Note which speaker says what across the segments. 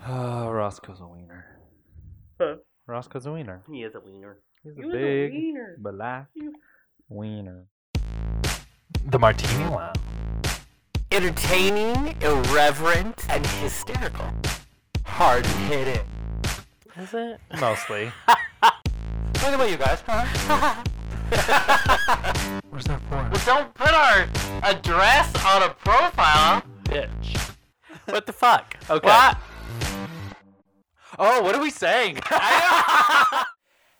Speaker 1: Ah, Roscoe's a wiener.
Speaker 2: Huh?
Speaker 1: Roscoe's a wiener.
Speaker 2: He is a wiener.
Speaker 1: He's
Speaker 2: You
Speaker 1: a
Speaker 2: is
Speaker 1: big
Speaker 2: wiener.
Speaker 1: black
Speaker 2: You-
Speaker 1: wiener.
Speaker 3: The Martini Wow. Entertaining, irreverent, and hysterical. Hard hitting.
Speaker 1: Is it? Mostly.
Speaker 3: By the way, you guys, huh?
Speaker 1: What's that for?
Speaker 3: well, don't put our address on a profile, bitch.
Speaker 2: What the fuck?
Speaker 3: Okay.
Speaker 2: What?
Speaker 3: Oh, what are we saying?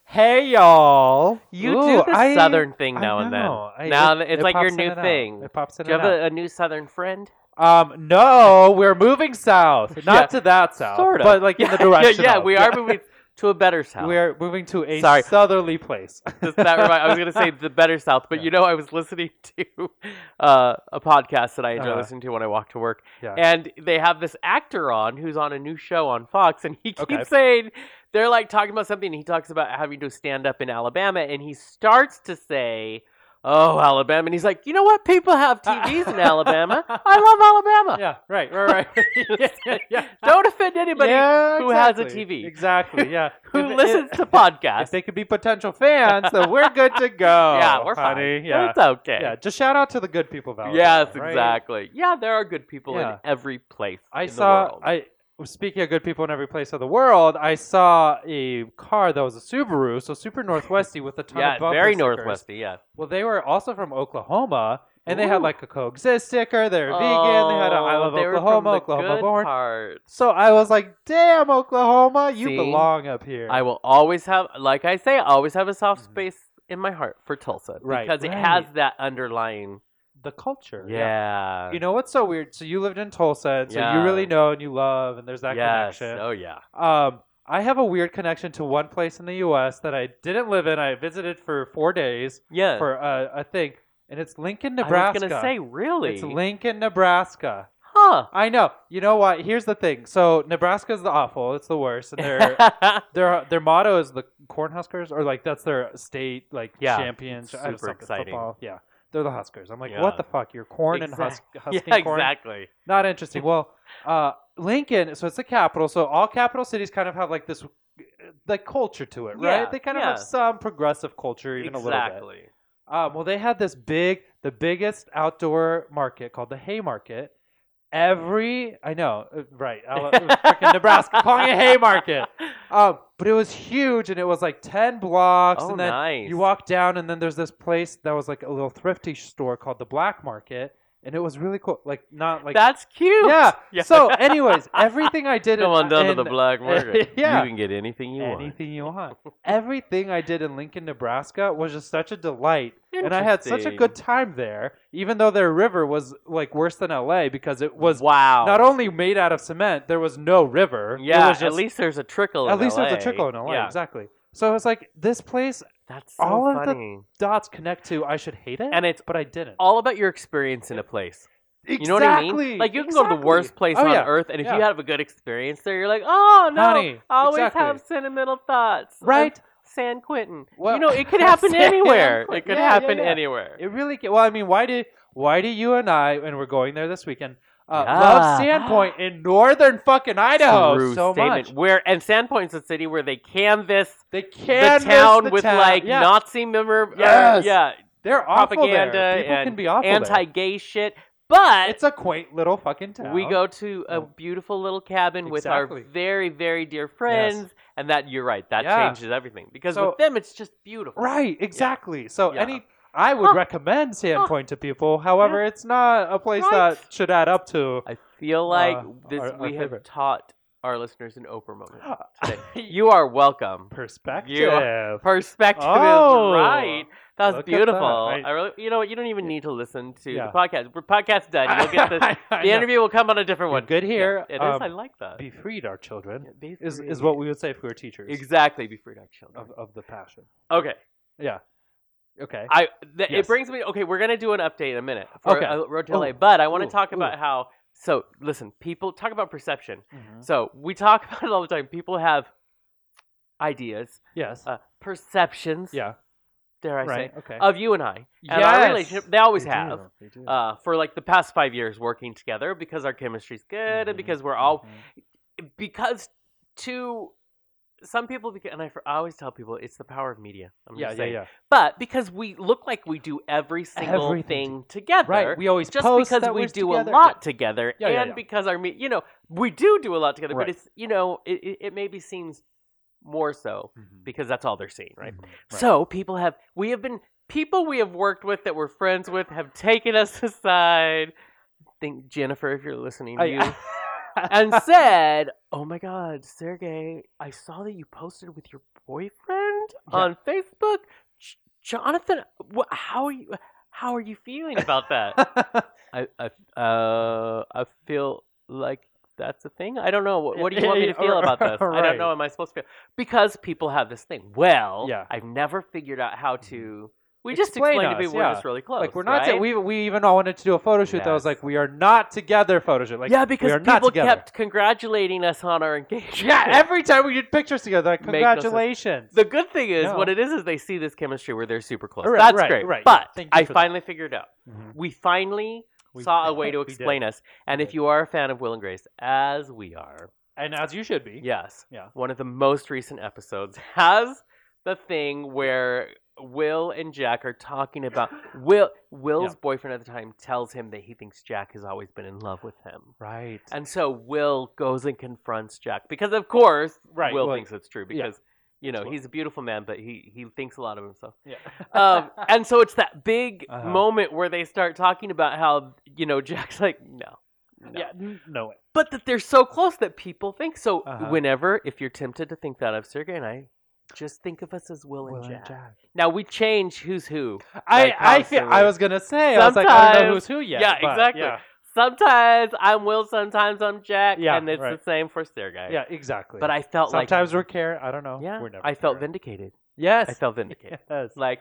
Speaker 1: Hey y'all!
Speaker 2: You
Speaker 1: Ooh,
Speaker 2: do the
Speaker 1: I-
Speaker 2: southern thing
Speaker 1: I
Speaker 2: now and then.
Speaker 1: know. I-
Speaker 2: now
Speaker 1: it-
Speaker 2: it's
Speaker 1: it
Speaker 2: like
Speaker 1: pops
Speaker 2: your
Speaker 1: in
Speaker 2: new
Speaker 1: and out.
Speaker 2: thing.
Speaker 1: It pops in
Speaker 2: Do you
Speaker 1: and
Speaker 2: have a, a new southern friend?
Speaker 1: out. um, no, we're moving south. Not
Speaker 2: Yeah.
Speaker 1: to that south,
Speaker 2: Sort of.
Speaker 1: but like in the
Speaker 2: Yeah, yeah,
Speaker 1: direction.
Speaker 2: Yeah,
Speaker 1: of.
Speaker 2: we are moving to a better south.
Speaker 1: We're moving to a
Speaker 2: Sorry.
Speaker 1: southerly place.
Speaker 2: Does that remind, I was going to say the better south, but
Speaker 1: Yeah.
Speaker 2: you know, I was listening to uh, a podcast that I enjoy
Speaker 1: Uh-huh.
Speaker 2: listening to when I walk to work,
Speaker 1: Yeah.
Speaker 2: and they have this actor on who's on a new show on Fox, and he keeps
Speaker 1: Okay.
Speaker 2: saying they're like talking about something, and he talks about having to stand up in Alabama, and he starts to say, "Oh, Alabama," and he's like, "You know what? People have TVs in Alabama. I love Alabama.
Speaker 1: yeah. Right. Right. Right. yeah, yeah.
Speaker 2: Don't offend anybody
Speaker 1: Yeah,
Speaker 2: who has a
Speaker 1: exactly.
Speaker 2: TV.
Speaker 1: Exactly. Yeah.
Speaker 2: who
Speaker 1: If it-
Speaker 2: listens
Speaker 1: if-
Speaker 2: to podcasts.
Speaker 1: If they could be potential fans, then we're good to go.
Speaker 2: yeah, we're
Speaker 1: honey.
Speaker 2: fine.
Speaker 1: Yeah.
Speaker 2: it's okay.
Speaker 1: Yeah. Just shout out to the good people of Alabama.
Speaker 2: Yes,
Speaker 1: right?
Speaker 2: exactly. Yeah, there are good people
Speaker 1: Yeah.
Speaker 2: in every place.
Speaker 1: I
Speaker 2: in The
Speaker 1: saw.
Speaker 2: world.
Speaker 1: I speaking of good people in every place of the world. I saw a car that was a Subaru, so super northwesty with a ton
Speaker 2: yeah,
Speaker 1: of bumper
Speaker 2: very
Speaker 1: stickers.
Speaker 2: northwesty. Yeah,
Speaker 1: Well, they were also from Oklahoma, and they had
Speaker 2: Ooh.
Speaker 1: like a coexist sticker. They're vegan. They had a I
Speaker 2: Oh,
Speaker 1: love
Speaker 2: they were
Speaker 1: Oklahoma,
Speaker 2: from the
Speaker 1: Oklahoma
Speaker 2: good
Speaker 1: born.
Speaker 2: part.
Speaker 1: So I was like, damn, Oklahoma, you
Speaker 2: See?
Speaker 1: belong up here.
Speaker 2: I will always have, like I say, I always have a soft
Speaker 1: Mhm.
Speaker 2: space in my heart for Tulsa
Speaker 1: Right,
Speaker 2: because it
Speaker 1: right.
Speaker 2: has that underlying.
Speaker 1: the culture.
Speaker 2: Yeah,
Speaker 1: You know what's so weird? So you lived in Tulsa, and so you
Speaker 2: Yeah.
Speaker 1: really know and you love, and there's that
Speaker 2: yes.
Speaker 1: connection.
Speaker 2: Oh yeah.
Speaker 1: Um, I have a weird connection to one place in the U.S. that I didn't live in. I visited for four days
Speaker 2: Yeah.
Speaker 1: for uh, a thing, and it's Lincoln,
Speaker 2: I
Speaker 1: Nebraska.
Speaker 2: was gonna say really.
Speaker 1: it's Lincoln, Nebraska.
Speaker 2: huh.
Speaker 1: I know. You know what? Here's the thing. So Nebraska's the awful. It's the worst, and their their their motto is the Cornhuskers, or like that's their state like
Speaker 2: Yeah,
Speaker 1: champions.
Speaker 2: it's
Speaker 1: I don't know,
Speaker 2: super
Speaker 1: something,
Speaker 2: exciting.
Speaker 1: Football. Yeah, they're the Huskers. I'm like,
Speaker 2: Yeah.
Speaker 1: what the fuck? You're corn and husk, husking
Speaker 2: yeah,
Speaker 1: corn.
Speaker 2: exactly.
Speaker 1: Not interesting. Well, uh, Lincoln, so it's the capital. So all capital cities kind of have like this, uh, like culture to it,
Speaker 2: Yeah,
Speaker 1: right? They kind of
Speaker 2: yeah.
Speaker 1: have some progressive culture, even a little bit.
Speaker 2: exactly.
Speaker 1: Um, well, they had this big, the biggest outdoor market called the Haymarket. Every, I know, uh, right? Ala- Freaking Nebraska calling it Haymarket. Um, but it was huge, and it was like ten blocks,
Speaker 2: Oh,
Speaker 1: and then
Speaker 2: nice.
Speaker 1: you walk down, and then there's this place that was like a little thrifty store called the Black Market, and it was really cool. Like not like
Speaker 2: That's cute.
Speaker 1: yeah. So, anyways, everything I did
Speaker 2: Come
Speaker 1: in,
Speaker 2: on down to
Speaker 1: in-
Speaker 2: the black market.
Speaker 1: yeah.
Speaker 2: You can get anything you want.
Speaker 1: anything you want. Everything I did in Lincoln, Nebraska was just such a delight, and I had such a
Speaker 2: Interesting.
Speaker 1: good time there. Even though their river was like worse than LA because it was
Speaker 2: wow.
Speaker 1: not only made out of cement, there was no river. It
Speaker 2: yeah,
Speaker 1: was
Speaker 2: at
Speaker 1: just-
Speaker 2: least there's a trickle.
Speaker 1: at
Speaker 2: in
Speaker 1: least
Speaker 2: LA.
Speaker 1: there's a trickle in LA.
Speaker 2: Yeah,
Speaker 1: Exactly. So it's like this place
Speaker 2: that's so
Speaker 1: All of the-
Speaker 2: funny.
Speaker 1: dots connect to. I should hate it,
Speaker 2: And it's
Speaker 1: but I didn't.
Speaker 2: all about your experience in a place.
Speaker 1: exactly.
Speaker 2: You know what I mean? Like you can go to the
Speaker 1: exactly.
Speaker 2: worst place
Speaker 1: Oh,
Speaker 2: on
Speaker 1: yeah.
Speaker 2: earth, and if you
Speaker 1: Yeah.
Speaker 2: have a good experience there, you're like, oh no,
Speaker 1: Honey,
Speaker 2: I always
Speaker 1: exactly.
Speaker 2: have sentimental thoughts. of
Speaker 1: right?
Speaker 2: San Quentin.
Speaker 1: Well-
Speaker 2: you know, it could happen
Speaker 1: San
Speaker 2: anywhere.
Speaker 1: Quentin.
Speaker 2: It could
Speaker 1: Yeah, yeah,
Speaker 2: happen
Speaker 1: yeah.
Speaker 2: anywhere.
Speaker 1: It really ca- well. I mean, why do why do you and I and we're going there this weekend? Uh, Love
Speaker 2: Yeah.
Speaker 1: Sandpoint in northern fucking Idaho
Speaker 2: True
Speaker 1: so
Speaker 2: statement.
Speaker 1: much.
Speaker 2: Where and Sandpoint's a city where they canvas
Speaker 1: They can't
Speaker 2: the town
Speaker 1: the
Speaker 2: with
Speaker 1: town.
Speaker 2: like
Speaker 1: yeah,
Speaker 2: Nazi member, or-
Speaker 1: Yes.
Speaker 2: yeah,
Speaker 1: they're awful
Speaker 2: propaganda
Speaker 1: There. People
Speaker 2: and
Speaker 1: can be awful. there.
Speaker 2: anti-gay shit. But
Speaker 1: It's a quaint little fucking town.
Speaker 2: we go to a
Speaker 1: Yeah.
Speaker 2: beautiful little cabin
Speaker 1: Exactly.
Speaker 2: with our very, very dear friends, and that you're right. That
Speaker 1: Yeah.
Speaker 2: changes everything because
Speaker 1: So-
Speaker 2: with them it's just beautiful.
Speaker 1: right, exactly. So
Speaker 2: Yeah.
Speaker 1: any. I would
Speaker 2: Huh.
Speaker 1: recommend Sandpoint to people. However, it's not a place
Speaker 2: Right.
Speaker 1: that should add up to.
Speaker 2: I feel like
Speaker 1: Uh,
Speaker 2: this
Speaker 1: our- our
Speaker 2: we have
Speaker 1: favorite.
Speaker 2: taught our listeners an Oprah moment. today. you are welcome.
Speaker 1: Perspective.
Speaker 2: Perspective
Speaker 1: Oh,
Speaker 2: is right. That
Speaker 1: look
Speaker 2: was
Speaker 1: at
Speaker 2: beautiful.
Speaker 1: that. I-
Speaker 2: I really, you know what? You don't even need to listen to
Speaker 1: Yeah.
Speaker 2: the podcast. We're podcast done. You'll get the,
Speaker 1: I- I
Speaker 2: the
Speaker 1: know.
Speaker 2: interview will come on a different
Speaker 1: You're
Speaker 2: one.
Speaker 1: good here.
Speaker 2: Yeah, it is.
Speaker 1: Um,
Speaker 2: I like that.
Speaker 1: Be freed, our children.
Speaker 2: Yeah, be
Speaker 1: is is
Speaker 2: free.
Speaker 1: what we would say if we were teachers
Speaker 2: exactly be free, our children.
Speaker 1: of, of the passion.
Speaker 2: Okay,
Speaker 1: Okay.
Speaker 2: I
Speaker 1: Yes.
Speaker 2: th- it brings me. Okay, we're gonna do an update in a minute for
Speaker 1: Okay.
Speaker 2: uh, Road to
Speaker 1: Oh,
Speaker 2: LA, but I want
Speaker 1: ooh,
Speaker 2: to
Speaker 1: ooh.
Speaker 2: talk
Speaker 1: Mm-hmm.
Speaker 2: about how. So listen, people talk about perception. So we talk about it all the time. People have ideas,
Speaker 1: Yes.
Speaker 2: uh, perceptions.
Speaker 1: yeah.
Speaker 2: dare I
Speaker 1: Right.
Speaker 2: say
Speaker 1: Okay.
Speaker 2: of you and I and our relationship. They always
Speaker 1: They
Speaker 2: have.
Speaker 1: do, they do.
Speaker 2: Uh, for like the past five years working together because our chemistry's good
Speaker 1: Mhm,
Speaker 2: and because we're all
Speaker 1: mhm.
Speaker 2: because to some people, beca- and I, f- I always tell people it's the power of media. I'm
Speaker 1: yeah,
Speaker 2: just
Speaker 1: yeah,
Speaker 2: saying.
Speaker 1: yeah.
Speaker 2: But because we look like we do every single
Speaker 1: Everything
Speaker 2: thing together,
Speaker 1: Right. We always
Speaker 2: just
Speaker 1: post
Speaker 2: because
Speaker 1: that
Speaker 2: we
Speaker 1: we're
Speaker 2: do
Speaker 1: together.
Speaker 2: a lot together,
Speaker 1: Yeah, yeah,
Speaker 2: and
Speaker 1: yeah.
Speaker 2: because our, me- you know, we do do a lot together.
Speaker 1: Right.
Speaker 2: But it's, you know, it, it, it maybe seems more so
Speaker 1: Yeah.
Speaker 2: because that's all they're seeing, right?
Speaker 1: Mhm,
Speaker 2: Mm-hmm. So people have we have been people we have worked with that we're friends with have taken us aside. Think Jennifer, if you're listening,
Speaker 1: I-
Speaker 2: you and said, "Oh my God, Sergey, I saw that you posted with your boyfriend
Speaker 1: Yeah.
Speaker 2: on Facebook, J- Jonathan. Wh- how are you? How are you feeling about that? I I uh I feel like." That's a thing. I don't know. What, what do you want me to feel about this? I
Speaker 1: Right.
Speaker 2: don't know. Am I supposed to feel because people have this thing? Well,
Speaker 1: Yeah.
Speaker 2: I've never figured out how to. We just
Speaker 1: Explain
Speaker 2: explained to
Speaker 1: us,
Speaker 2: people
Speaker 1: yeah.
Speaker 2: we're just really close.
Speaker 1: like we're not.
Speaker 2: Right?
Speaker 1: to- we we even all wanted to do a photo shoot. That was
Speaker 2: Yes.
Speaker 1: like we are not together. Photo shoot. Like
Speaker 2: yeah,
Speaker 1: we
Speaker 2: because
Speaker 1: are not
Speaker 2: people
Speaker 1: together.
Speaker 2: kept congratulating us on our engagement.
Speaker 1: yeah, every time we did pictures together, like,
Speaker 2: Make no sense.
Speaker 1: congratulations.
Speaker 2: The good thing is,
Speaker 1: No.
Speaker 2: what it is is they see this chemistry where they're super close.
Speaker 1: Right,
Speaker 2: That's
Speaker 1: right,
Speaker 2: great.
Speaker 1: right.
Speaker 2: But
Speaker 1: Thank you
Speaker 2: I
Speaker 1: for that.
Speaker 2: finally figured out.
Speaker 1: Mhm.
Speaker 2: We finally
Speaker 1: We-
Speaker 2: saw a way to
Speaker 1: we did.
Speaker 2: explain us. And if you are a fan of Will and Grace, as we are,
Speaker 1: and as you should be.
Speaker 2: yes,
Speaker 1: Yeah.
Speaker 2: one of the most recent episodes has the thing where Will and Jack are talking about Will. Will's boyfriend at the time tells him that he thinks Jack has always been in love with him.
Speaker 1: Right.
Speaker 2: And so Will goes and confronts Jack because, of course,
Speaker 1: Right,
Speaker 2: Will
Speaker 1: well,
Speaker 2: thinks it's true
Speaker 1: yeah.
Speaker 2: because you know
Speaker 1: Will.
Speaker 2: he's a beautiful man, but he he thinks a lot of himself.
Speaker 1: yeah.
Speaker 2: Um, and so it's that big
Speaker 1: Uh-huh.
Speaker 2: moment where they start talking about how you know Jack's like no, no.
Speaker 1: yeah. n- No way.
Speaker 2: but that they're so close that people think so.
Speaker 1: Uh-huh.
Speaker 2: Whenever if you're tempted to think that of Sergey and I, just think of us as Will,
Speaker 1: Will
Speaker 2: and,
Speaker 1: and
Speaker 2: Jack.
Speaker 1: Jack.
Speaker 2: Now we change who's who.
Speaker 1: I
Speaker 2: Like,
Speaker 1: I feel,
Speaker 2: constantly.
Speaker 1: I was gonna say I was like I don't know
Speaker 2: Sometimes-
Speaker 1: who's who yet.
Speaker 2: yeah,
Speaker 1: but
Speaker 2: exactly.
Speaker 1: Yeah,
Speaker 2: Sometimes I'm Will, sometimes I'm Jack,
Speaker 1: Yeah,
Speaker 2: and it's
Speaker 1: right.
Speaker 2: the same for Sergey.
Speaker 1: yeah, exactly.
Speaker 2: But I felt like
Speaker 1: sometimes we're care. I don't know.
Speaker 2: yeah,
Speaker 1: we're never
Speaker 2: I felt
Speaker 1: care.
Speaker 2: vindicated.
Speaker 1: Yes,
Speaker 2: I felt vindicated.
Speaker 1: yes.
Speaker 2: Like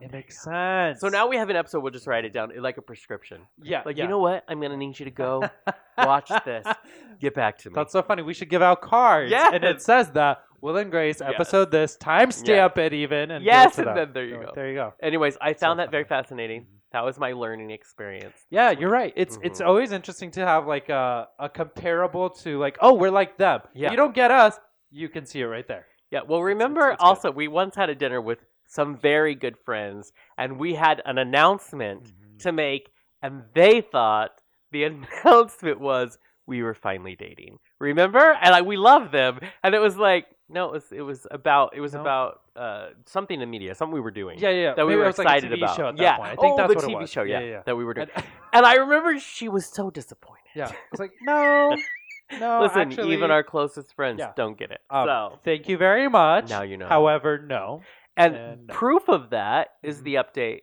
Speaker 1: It makes sense.
Speaker 2: Oh So now we have an episode. We'll just write it down eh, like a prescription.
Speaker 1: yeah,
Speaker 2: Like
Speaker 1: yeah.
Speaker 2: you know what? I'm gonna need you to go watch this. Get back to me.
Speaker 1: That's so funny. We should give out cards.
Speaker 2: Yes.
Speaker 1: and it says that Will and Grace
Speaker 2: Yes.
Speaker 1: episode this timestamp it even and give it
Speaker 2: Yes,
Speaker 1: to
Speaker 2: and
Speaker 1: them.
Speaker 2: then there you go.
Speaker 1: There you go.
Speaker 2: Anyways, I found that very fascinating.
Speaker 1: Mhm.
Speaker 2: That was my learning experience.
Speaker 1: Yeah, you're right. It's it's
Speaker 2: Mhm.
Speaker 1: always interesting to have like a a comparable to like oh we're like them.
Speaker 2: Yeah.
Speaker 1: you don't get us. You can see it right there.
Speaker 2: Yeah. Well,
Speaker 1: it's-
Speaker 2: remember
Speaker 1: it's good.
Speaker 2: also we once had a dinner with some very good friends, and we had an announcement to make, and they thought the announcement was we were finally dating. Remember? And like we loved them, and it was like no, it was it was about it was
Speaker 1: No.
Speaker 2: about uh, something in media, something we were doing.
Speaker 1: Yeah, yeah. yeah.
Speaker 2: that we
Speaker 1: Maybe
Speaker 2: were
Speaker 1: it was
Speaker 2: excited
Speaker 1: like a TV
Speaker 2: about.
Speaker 1: Show at that
Speaker 2: yeah,
Speaker 1: point. I think
Speaker 2: oh,
Speaker 1: that's
Speaker 2: the
Speaker 1: what
Speaker 2: TV
Speaker 1: it was.
Speaker 2: show, yeah,
Speaker 1: yeah, yeah.
Speaker 2: that we were doing.
Speaker 1: And- uh,
Speaker 2: And I remember she was so disappointed.
Speaker 1: yeah. I was like, no, no.
Speaker 2: Listen,
Speaker 1: Oh, actually,
Speaker 2: even our closest friends
Speaker 1: Yeah.
Speaker 2: don't get it.
Speaker 1: Um,
Speaker 2: so
Speaker 1: thank you very much.
Speaker 2: now you know.
Speaker 1: However, no.
Speaker 2: and
Speaker 1: and no.
Speaker 2: proof of that is
Speaker 1: Mhm.
Speaker 2: the update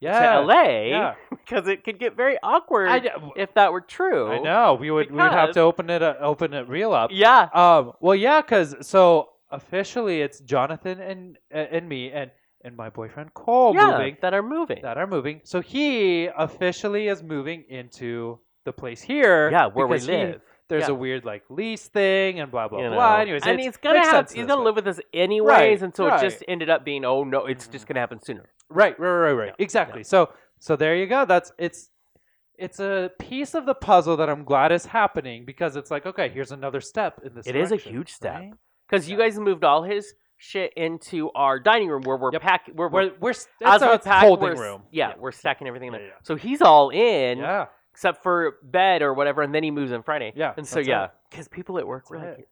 Speaker 1: Yeah.
Speaker 2: to LA
Speaker 1: Yeah.
Speaker 2: because it could get very awkward
Speaker 1: I, d-
Speaker 2: if that were true.
Speaker 1: I know. We would we would have
Speaker 2: Because-
Speaker 1: to open it uh, open it real up.
Speaker 2: Yeah.
Speaker 1: Um. Well, yeah, because so officially it's Jonathan and uh, and me and and my boyfriend Cole
Speaker 2: yeah,
Speaker 1: moving
Speaker 2: that are moving.
Speaker 1: that are moving. So he officially is moving into the place here.
Speaker 2: yeah, where we
Speaker 1: because he-
Speaker 2: live.
Speaker 1: there's
Speaker 2: yeah.
Speaker 1: a weird like lease thing and blah blah
Speaker 2: you
Speaker 1: blah.
Speaker 2: know.
Speaker 1: Anyways,
Speaker 2: and
Speaker 1: it's-
Speaker 2: he's gonna
Speaker 1: makes
Speaker 2: have
Speaker 1: sense
Speaker 2: he's
Speaker 1: this
Speaker 2: gonna
Speaker 1: way.
Speaker 2: live with us anyways,
Speaker 1: Right,
Speaker 2: and so
Speaker 1: right.
Speaker 2: it just ended up being oh no, it's just
Speaker 1: Mhm.
Speaker 2: gonna happen sooner.
Speaker 1: Right, right, right, right.
Speaker 2: Yeah,
Speaker 1: Exactly. So so there you go. That's it's it's a piece of the puzzle that I'm glad is happening because it's like, okay, here's another step in this.
Speaker 2: It is a
Speaker 1: direction,
Speaker 2: huge step.
Speaker 1: right?
Speaker 2: Because you
Speaker 1: Yeah.
Speaker 2: guys moved all his shit into our dining room where we're
Speaker 1: Yep.
Speaker 2: pack where we're
Speaker 1: We're we're s-
Speaker 2: as
Speaker 1: it's a
Speaker 2: we pack,
Speaker 1: holding
Speaker 2: we're s-
Speaker 1: room.
Speaker 2: Yeah, we're stacking everything in
Speaker 1: Yeah,
Speaker 2: there.
Speaker 1: yeah.
Speaker 2: So he's all in
Speaker 1: Yeah.
Speaker 2: except for bed or whatever, and then he moves on Friday.
Speaker 1: Yeah,
Speaker 2: and so
Speaker 1: that's
Speaker 2: yeah,
Speaker 1: it.
Speaker 2: because people at work were
Speaker 1: That's
Speaker 2: like,
Speaker 1: it.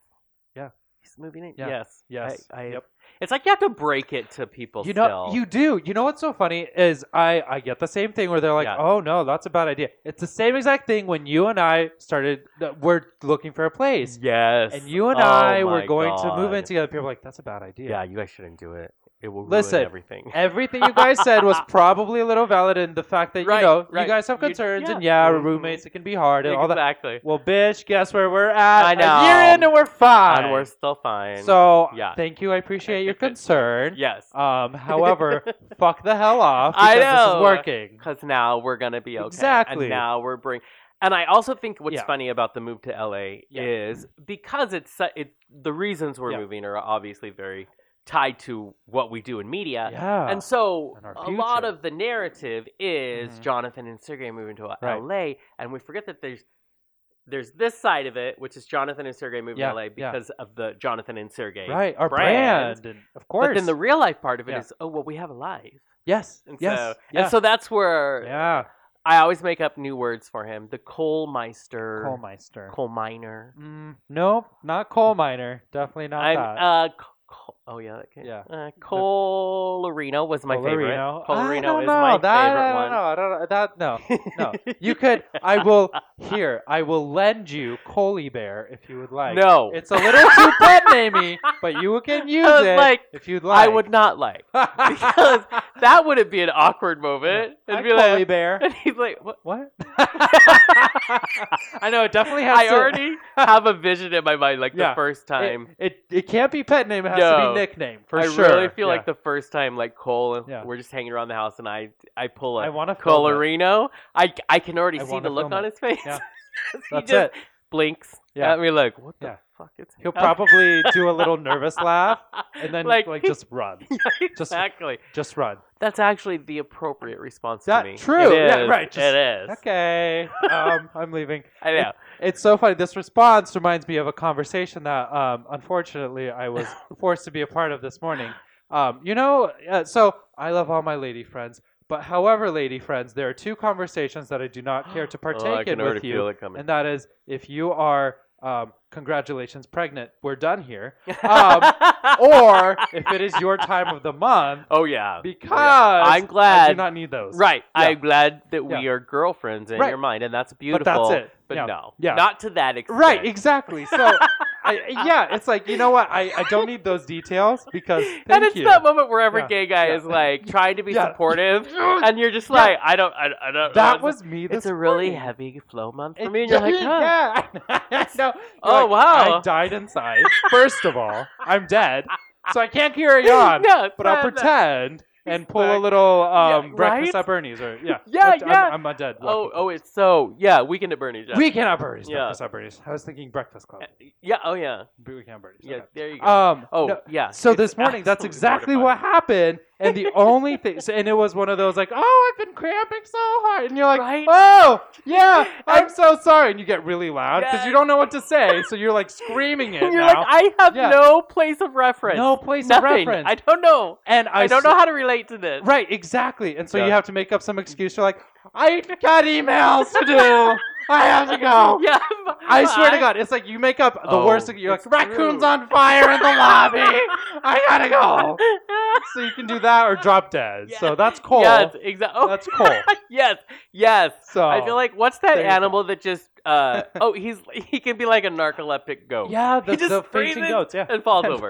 Speaker 1: Yeah.
Speaker 2: he's moving in."
Speaker 1: Yeah.
Speaker 2: Yes,
Speaker 1: Yes.
Speaker 2: I, I,
Speaker 1: Yep.
Speaker 2: It's like you have to break it to people.
Speaker 1: You know,
Speaker 2: still.
Speaker 1: you do. You know what's so funny is I I get the same thing where they're like,
Speaker 2: Yeah.
Speaker 1: oh no, that's a bad idea. It's the same exact thing when you and I started. that We're looking for a place,
Speaker 2: yes,
Speaker 1: and you and
Speaker 2: Oh
Speaker 1: I were
Speaker 2: my
Speaker 1: going to move in
Speaker 2: God.
Speaker 1: together. People were like, that's a bad idea.
Speaker 2: Yeah, you guys shouldn't do it. It will
Speaker 1: Listen,
Speaker 2: ruin everything.
Speaker 1: Everything you guys said was probably a little valid in the fact that
Speaker 2: Right,
Speaker 1: you know
Speaker 2: right.
Speaker 1: you guys have
Speaker 2: You-
Speaker 1: concerns and
Speaker 2: yeah.
Speaker 1: yeah,
Speaker 2: Mhm.
Speaker 1: roommates it can be hard and all that.
Speaker 2: exactly.
Speaker 1: Well, bitch, guess where we're at?
Speaker 2: I
Speaker 1: A year
Speaker 2: know.
Speaker 1: in and we're fine.
Speaker 2: And we're still fine.
Speaker 1: so
Speaker 2: Yeah.
Speaker 1: thank you. I appreciate your concern.
Speaker 2: yes,
Speaker 1: Um, however, fuck the hell off because
Speaker 2: I
Speaker 1: this
Speaker 2: know.
Speaker 1: is working.
Speaker 2: because now we're gonna be okay.
Speaker 1: Exactly.
Speaker 2: And now we're bring. And I also think what's
Speaker 1: Yeah.
Speaker 2: funny about the move to LA
Speaker 1: Yeah.
Speaker 2: is because it's su- it, the reasons we're
Speaker 1: Yeah.
Speaker 2: moving are obviously very tied to what we do in media.
Speaker 1: Yeah.
Speaker 2: And so
Speaker 1: and our
Speaker 2: a lot
Speaker 1: future.
Speaker 2: of the narrative is
Speaker 1: Mhm.
Speaker 2: Jonathan and Sergey moving to
Speaker 1: Right.
Speaker 2: LA, and we forget that there's there's this side of it, which is Jonathan and Sergey moving
Speaker 1: Yeah,
Speaker 2: to LA
Speaker 1: yeah.
Speaker 2: because of the Jonathan and Sergey.
Speaker 1: right, our
Speaker 2: brand.
Speaker 1: brand, and of
Speaker 2: But
Speaker 1: course.
Speaker 2: then the real life part of it is,
Speaker 1: Yeah.
Speaker 2: oh well, we have a life.
Speaker 1: yes,
Speaker 2: And
Speaker 1: yes,
Speaker 2: so
Speaker 1: yeah,
Speaker 2: and so that's where
Speaker 1: yeah.
Speaker 2: I always make up new words for him. The coal meister,
Speaker 1: Coal meister.
Speaker 2: coal miner.
Speaker 1: Mm, nope, not coal miner. Definitely not
Speaker 2: I'm
Speaker 1: that.
Speaker 2: uh, coal, oh yeah, okay.
Speaker 1: Yeah.
Speaker 2: Uh, Colorino was my
Speaker 1: Colorino.
Speaker 2: favorite. Colorino
Speaker 1: I don't
Speaker 2: is
Speaker 1: know.
Speaker 2: my
Speaker 1: that,
Speaker 2: favorite
Speaker 1: I don't
Speaker 2: one.
Speaker 1: know. I don't know. That no. No, you could. I will. Here, I will lend you Coley Bear if you would like.
Speaker 2: no,
Speaker 1: it's a little too pet namey, but you can use
Speaker 2: was
Speaker 1: it
Speaker 2: like,
Speaker 1: if you'd like.
Speaker 2: I would not like
Speaker 1: because
Speaker 2: because that would be an awkward moment. It'd be
Speaker 1: Coley
Speaker 2: like,
Speaker 1: E Bear.
Speaker 2: and he's like, what?
Speaker 1: What?
Speaker 2: I
Speaker 1: I know it definitely has. to,
Speaker 2: already have a vision in my mind, like the
Speaker 1: Yeah.
Speaker 2: first
Speaker 1: it-
Speaker 2: time.
Speaker 1: It, it can't be pet name. It has
Speaker 2: No.
Speaker 1: to be nickname for
Speaker 2: I
Speaker 1: sure.
Speaker 2: really feel
Speaker 1: Yeah.
Speaker 2: like the first time, like Cole, and
Speaker 1: Yeah.
Speaker 2: we're just hanging around the house, and I, I pull
Speaker 1: I
Speaker 2: a
Speaker 1: want to
Speaker 2: Colorino. I, I can already
Speaker 1: I
Speaker 2: see
Speaker 1: wanna
Speaker 2: the look
Speaker 1: film
Speaker 2: on
Speaker 1: it.
Speaker 2: his face.
Speaker 1: Yeah.
Speaker 2: he
Speaker 1: That's
Speaker 2: just
Speaker 1: it.
Speaker 2: blinks
Speaker 1: Yeah.
Speaker 2: at me like, what the
Speaker 1: Yeah.
Speaker 2: fuck is
Speaker 1: He'll probably do a little nervous laugh and then like, just run, just-
Speaker 2: exactly.
Speaker 1: just run.
Speaker 2: That's actually the appropriate response
Speaker 1: That-
Speaker 2: to me.
Speaker 1: true.
Speaker 2: It
Speaker 1: Yeah,
Speaker 2: is.
Speaker 1: right, just-
Speaker 2: it is.
Speaker 1: Okay, um, I'm leaving.
Speaker 2: I know.
Speaker 1: It's so funny. This response reminds me of a conversation that, um, unfortunately, I was forced to be a part of this morning. Um, you know, uh, so I love all my lady friends, but however, lady friends, there are two conversations that I do not care to partake
Speaker 2: oh, I can
Speaker 1: in
Speaker 2: already
Speaker 1: with you,
Speaker 2: feel it coming.
Speaker 1: and that is if you are, um, congratulations, pregnant, we're done here,
Speaker 2: oh,
Speaker 1: um, or if it is your time of the month,
Speaker 2: oh yeah.
Speaker 1: because
Speaker 2: I'm
Speaker 1: I do
Speaker 2: glad.
Speaker 1: not need those.
Speaker 2: Right.
Speaker 1: Yeah.
Speaker 2: I'm glad that we
Speaker 1: Yeah.
Speaker 2: are girlfriends in
Speaker 1: Right.
Speaker 2: your mind, and that's
Speaker 1: But
Speaker 2: beautiful.
Speaker 1: that's it.
Speaker 2: But
Speaker 1: Yeah.
Speaker 2: no.
Speaker 1: Yeah.
Speaker 2: Not to that extent.
Speaker 1: Right, exactly. So, I, yeah, it's like you know what? I, I don't need those details because thank
Speaker 2: and it's
Speaker 1: you.
Speaker 2: that moment where every
Speaker 1: Yeah.
Speaker 2: gay guy
Speaker 1: Yeah.
Speaker 2: is like trying to be
Speaker 1: Yeah.
Speaker 2: supportive, and you're just like, I don't, I, I don't.
Speaker 1: that was me. This
Speaker 2: It's a really
Speaker 1: morning.
Speaker 2: heavy flow month
Speaker 1: It-
Speaker 2: for me, and you're like, huh.
Speaker 1: yeah. I know. You're
Speaker 2: Oh,
Speaker 1: like,
Speaker 2: wow.
Speaker 1: I died inside. First of all, I'm dead, so I can't carry on.
Speaker 2: Yeah,
Speaker 1: but I'll
Speaker 2: that- that-
Speaker 1: pretend and pull a
Speaker 2: like-
Speaker 1: little um,
Speaker 2: Yeah,
Speaker 1: breakfast
Speaker 2: right?
Speaker 1: at Bernie's or yeah.
Speaker 2: Yeah,
Speaker 1: I'm-
Speaker 2: yeah.
Speaker 1: I'm, I'm a dead.
Speaker 2: Oh,
Speaker 1: walking
Speaker 2: oh, it's so yeah. Weekend at Bernie's. Yeah.
Speaker 1: Weekend at Bernie's.
Speaker 2: Yeah.
Speaker 1: Breakfast at Bernie's. I was thinking Breakfast Club.
Speaker 2: yeah. Oh yeah.
Speaker 1: Weekend at Bernie's.
Speaker 2: Yeah.
Speaker 1: okay.
Speaker 2: There you go.
Speaker 1: Um.
Speaker 2: oh
Speaker 1: no,
Speaker 2: yeah.
Speaker 1: So
Speaker 2: it's
Speaker 1: this morning, that's
Speaker 2: absolutely
Speaker 1: exactly what
Speaker 2: mortifying.
Speaker 1: happened, and the only thing, so- and it was one of those like, "Oh, I've been cramping so hard," and you're like,
Speaker 2: Right?
Speaker 1: "Oh, yeah, I'm
Speaker 2: And-
Speaker 1: so sorry," and you get really loud because you
Speaker 2: Yes.
Speaker 1: don't know what to say, so you're like screaming it.
Speaker 2: And you're
Speaker 1: now.
Speaker 2: like, I have
Speaker 1: Yeah.
Speaker 2: no place of reference.
Speaker 1: no place
Speaker 2: Nothing.
Speaker 1: of reference,
Speaker 2: I don't know.
Speaker 1: and I,
Speaker 2: I, don't
Speaker 1: s-
Speaker 2: know how to relate to this.
Speaker 1: Right, exactly, and so
Speaker 2: Yeah.
Speaker 1: you have to make up some excuse. You're like, "I got emails to do. I have to go."
Speaker 2: Yeah.
Speaker 1: I swear to God, it's like you make up the
Speaker 2: Oh,
Speaker 1: worst. You're like,
Speaker 2: it's
Speaker 1: "Raccoons
Speaker 2: true.
Speaker 1: on fire in the lobby. I gotta go." so you can do that or drop dead.
Speaker 2: Yeah.
Speaker 1: So that's cool.
Speaker 2: Yes. Exactly. Oh.
Speaker 1: That's cool.
Speaker 2: yes. Yes.
Speaker 1: So
Speaker 2: I feel like what's that
Speaker 1: there you
Speaker 2: animal that just uh oh he's he can be like a narcoleptic goat.
Speaker 1: yeah,
Speaker 2: He
Speaker 1: the,
Speaker 2: just
Speaker 1: the fainting
Speaker 2: breathes
Speaker 1: goats. Yeah,
Speaker 2: And falls over.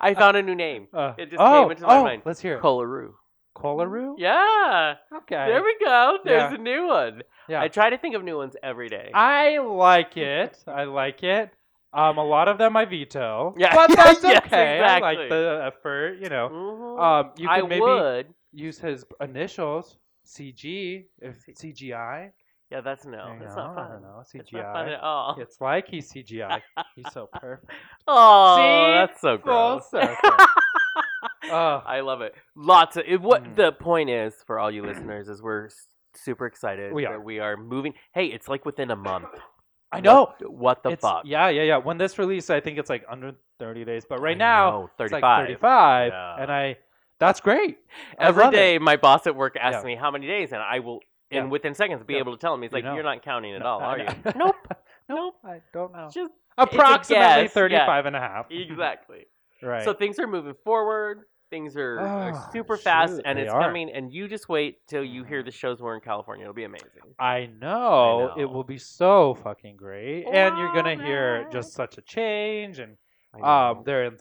Speaker 2: I found a new name.
Speaker 1: Uh,
Speaker 2: It just
Speaker 1: oh,
Speaker 2: came into my
Speaker 1: oh,
Speaker 2: mind.
Speaker 1: Let's hear it.
Speaker 2: Colaroo.
Speaker 1: Colaroo.
Speaker 2: Yeah.
Speaker 1: Okay.
Speaker 2: There we go. There's
Speaker 1: Yeah.
Speaker 2: a new one.
Speaker 1: Yeah.
Speaker 2: I try to think of new ones every day.
Speaker 1: I like it. I like it. Um, a lot of them I veto.
Speaker 2: Yeah.
Speaker 1: but that's
Speaker 2: Yes,
Speaker 1: okay. I
Speaker 2: exactly.
Speaker 1: like the effort. You know.
Speaker 2: Mhm.
Speaker 1: Um, you
Speaker 2: I
Speaker 1: could maybe
Speaker 2: would.
Speaker 1: use his initials. CG, if CGI.
Speaker 2: Yeah, that's no.
Speaker 1: I
Speaker 2: It's
Speaker 1: know,
Speaker 2: not
Speaker 1: I don't
Speaker 2: fun.
Speaker 1: know.
Speaker 2: It's not fun
Speaker 1: CGI.
Speaker 2: at all.
Speaker 1: It's like he's CGI. He's so perfect.
Speaker 2: Oh,
Speaker 1: See?
Speaker 2: that's so
Speaker 1: Full
Speaker 2: gross.
Speaker 1: circle. Oh,
Speaker 2: I love it. Lots of it, what
Speaker 1: Mm.
Speaker 2: the point is for all you listeners is we're s- super excited
Speaker 1: We are.
Speaker 2: that we are moving. Hey, it's like within a month.
Speaker 1: I know.
Speaker 2: What, what the
Speaker 1: It's-
Speaker 2: fuck?
Speaker 1: Yeah, yeah, yeah. When this released, I think it's like under 30 days, but right now it's
Speaker 2: thirty
Speaker 1: like
Speaker 2: five.
Speaker 1: 35,
Speaker 2: Yeah.
Speaker 1: and I that's great. I
Speaker 2: Every
Speaker 1: love it.
Speaker 2: day, my boss at work asks
Speaker 1: Yeah.
Speaker 2: me how many days, and I will, and
Speaker 1: Yeah.
Speaker 2: within seconds, be
Speaker 1: Yeah.
Speaker 2: able to tell him. He's
Speaker 1: You
Speaker 2: like,
Speaker 1: know.
Speaker 2: "You're not counting at
Speaker 1: No,
Speaker 2: all,
Speaker 1: I
Speaker 2: are you?"
Speaker 1: know.
Speaker 2: nope, nope.
Speaker 1: I don't know.
Speaker 2: Just a
Speaker 1: Approximately
Speaker 2: guess, yeah.
Speaker 1: 35 and a half.
Speaker 2: exactly.
Speaker 1: Right.
Speaker 2: So things are moving forward. Things are, are
Speaker 1: Oh,
Speaker 2: super fast,
Speaker 1: shoot,
Speaker 2: and
Speaker 1: they
Speaker 2: it's
Speaker 1: are.
Speaker 2: coming. And you just wait till you hear the shows we're in California. It'll be amazing.
Speaker 1: I know,
Speaker 2: I know.
Speaker 1: it will be so fucking great, and you're gonna hear
Speaker 2: Alright.
Speaker 1: just such a change. And
Speaker 2: I know.
Speaker 1: um, they're in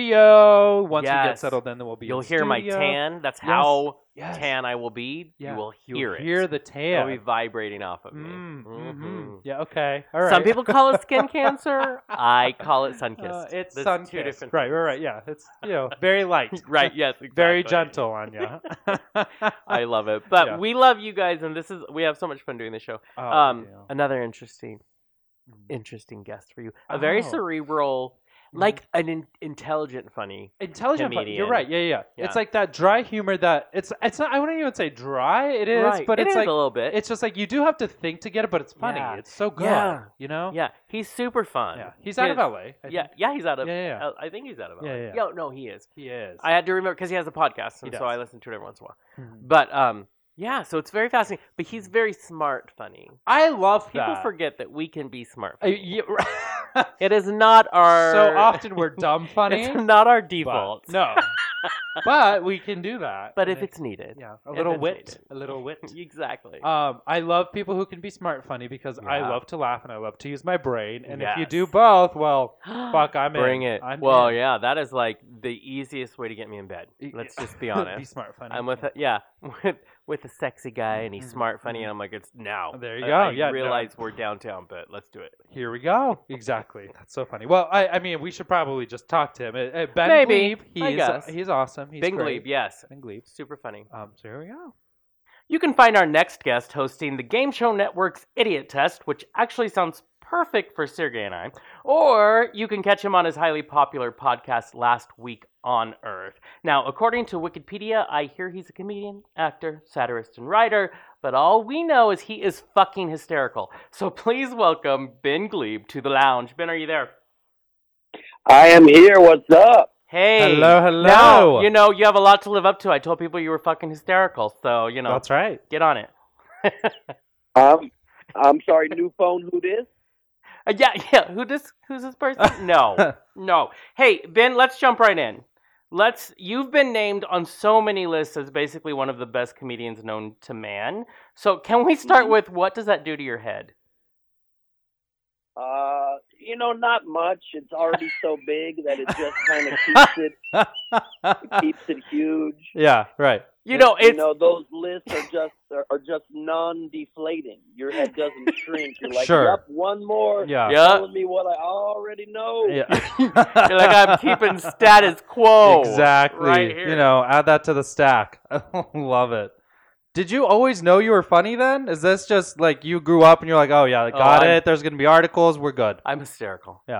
Speaker 1: studio. Once we get
Speaker 2: Yes.
Speaker 1: settled in, then we'll be. in
Speaker 2: You'll hear my
Speaker 1: studio.
Speaker 2: tan. That's
Speaker 1: Yes.
Speaker 2: how
Speaker 1: Yes.
Speaker 2: tan I will be.
Speaker 1: Yeah.
Speaker 2: You will
Speaker 1: You'll
Speaker 2: hear it.
Speaker 1: Hear the
Speaker 2: It'll
Speaker 1: tan.
Speaker 2: be vibrating off of me.
Speaker 1: Mm,
Speaker 2: Mhm.
Speaker 1: mhm. Yeah. Okay. All right.
Speaker 2: Some people call it skin cancer. I call it sun kissed.
Speaker 1: Uh, it's
Speaker 2: That's
Speaker 1: sun
Speaker 2: two different.
Speaker 1: Right, right, right. Yeah, it's you know very light,
Speaker 2: things. right. Yes. Exactly.
Speaker 1: very gentle on you.
Speaker 2: I love it, but
Speaker 1: Yeah.
Speaker 2: we love you guys, and this is we have so much fun doing this show.
Speaker 1: oh,
Speaker 2: um, another interesting, interesting guest for you. A very
Speaker 1: Oh.
Speaker 2: cerebral. like an in- intelligent funny.
Speaker 1: intelligent funny. You're
Speaker 2: comedian.
Speaker 1: right. Yeah, yeah, yeah.
Speaker 2: Yeah.
Speaker 1: It's like that dry humor that it's it's not. I wouldn't even say dry. It is,
Speaker 2: Right,
Speaker 1: but
Speaker 2: it
Speaker 1: it's
Speaker 2: is
Speaker 1: like
Speaker 2: a little bit.
Speaker 1: it's just like you do have to think to get it, but it's funny.
Speaker 2: Yeah.
Speaker 1: It's so good.
Speaker 2: Yeah.
Speaker 1: You know.
Speaker 2: yeah, he's super fun.
Speaker 1: Yeah. He's out of
Speaker 2: His-
Speaker 1: LA. I
Speaker 2: Yeah,
Speaker 1: think.
Speaker 2: yeah, he's out of.
Speaker 1: Yeah, yeah, yeah.
Speaker 2: uh, I think he's out of.
Speaker 1: Yeah,
Speaker 2: LA.
Speaker 1: yeah,
Speaker 2: Yo, no, he is.
Speaker 1: He is.
Speaker 2: I had to remember because he has a podcast,
Speaker 1: He
Speaker 2: and
Speaker 1: does.
Speaker 2: so I listen to it every once in a while.
Speaker 1: Mhm.
Speaker 2: But um, yeah, so it's very fascinating. But he's very smart, funny.
Speaker 1: I love
Speaker 2: People
Speaker 1: that.
Speaker 2: forget that we can be smart.
Speaker 1: Uh,
Speaker 2: funny.
Speaker 1: yeah,
Speaker 2: It is not our
Speaker 1: so often we're dumb funny.
Speaker 2: It's not our
Speaker 1: but-
Speaker 2: default.
Speaker 1: no. but we can do that.
Speaker 2: but
Speaker 1: and
Speaker 2: if it's needed,
Speaker 1: yeah, a
Speaker 2: if
Speaker 1: little
Speaker 2: it's
Speaker 1: wit,
Speaker 2: needed.
Speaker 1: a little wit.
Speaker 2: exactly.
Speaker 1: Um, I love people who can be smart funny because I
Speaker 2: Yeah.
Speaker 1: love to laugh and I love to use my brain. And if you
Speaker 2: Yes.
Speaker 1: do both, well, fuck, I'm in.
Speaker 2: Bring it.
Speaker 1: I'm
Speaker 2: well,
Speaker 1: in.
Speaker 2: yeah, that is like the easiest way to get me in bed.
Speaker 1: Y-
Speaker 2: Let's
Speaker 1: yeah.
Speaker 2: just be honest.
Speaker 1: be smart funny.
Speaker 2: I'm with a, yeah, with, with a sexy guy and he's
Speaker 1: Mhm,
Speaker 2: smart, funny,
Speaker 1: mhm.
Speaker 2: and I'm like, it's now.
Speaker 1: There you
Speaker 2: I-
Speaker 1: go,
Speaker 2: I
Speaker 1: yeah, no.
Speaker 2: realize we're downtown, but let's do it.
Speaker 1: Here we go. Exactly. That's so funny. Well, I, I mean, we should probably just talk to him. Uh, uh, ben
Speaker 2: Maybe.
Speaker 1: Glebe,
Speaker 2: I
Speaker 1: he's
Speaker 2: guess.
Speaker 1: he's awesome. He's
Speaker 2: Bing
Speaker 1: great.
Speaker 2: Glebe, yes,
Speaker 1: Ben Glebe.
Speaker 2: super funny.
Speaker 1: Um, so here we go.
Speaker 2: You can find our next guest hosting the Game Show Network's Idiot Test, which actually sounds perfect for Sergey and I, or you can catch him on his highly popular podcast Last Week on Earth. Now, according to Wikipedia, I hear he's a comedian, actor, satirist, and writer, but all we know is he is fucking hysterical. So please welcome Ben Glebe to the lounge. Ben, are you there?
Speaker 4: I am here. What's up?
Speaker 2: Hey.
Speaker 1: Hello, hello.
Speaker 2: Now, you know, you have a lot to live up to. I told people you were fucking hysterical, so, you know,
Speaker 1: That's right.
Speaker 2: get on it.
Speaker 4: Um, I'm sorry, new phone. Who this?
Speaker 2: Uh, yeah, yeah. Who this? Who's this person? No, no. Hey, Ben. Let's jump right in. Let's. You've been named on so many lists as basically one of the best comedians known to man. So can we
Speaker 4: Mm-hmm.
Speaker 2: start with what does that do to your head?
Speaker 4: Uh, you know, not much. It's already so big that it just kind of keeps it keeps it huge.
Speaker 1: yeah. Right.
Speaker 2: You know,
Speaker 4: you
Speaker 2: it's
Speaker 4: know those lists are just are, are just non-deflating. Your head doesn't shrink. You're like,
Speaker 1: Sure.
Speaker 4: yep, one more.
Speaker 1: Yeah.
Speaker 2: yeah.
Speaker 4: Telling me what I already know.
Speaker 1: Yeah.
Speaker 2: You're like I'm keeping status quo.
Speaker 1: exactly.
Speaker 2: right here.
Speaker 1: You know, add that to the stack. I love it. Did you always know you were funny then? Is this just like you grew up and you're like, oh yeah, I
Speaker 2: Oh,
Speaker 1: got
Speaker 2: I'm-
Speaker 1: it. There's gonna be articles. We're good.
Speaker 2: I'm hysterical.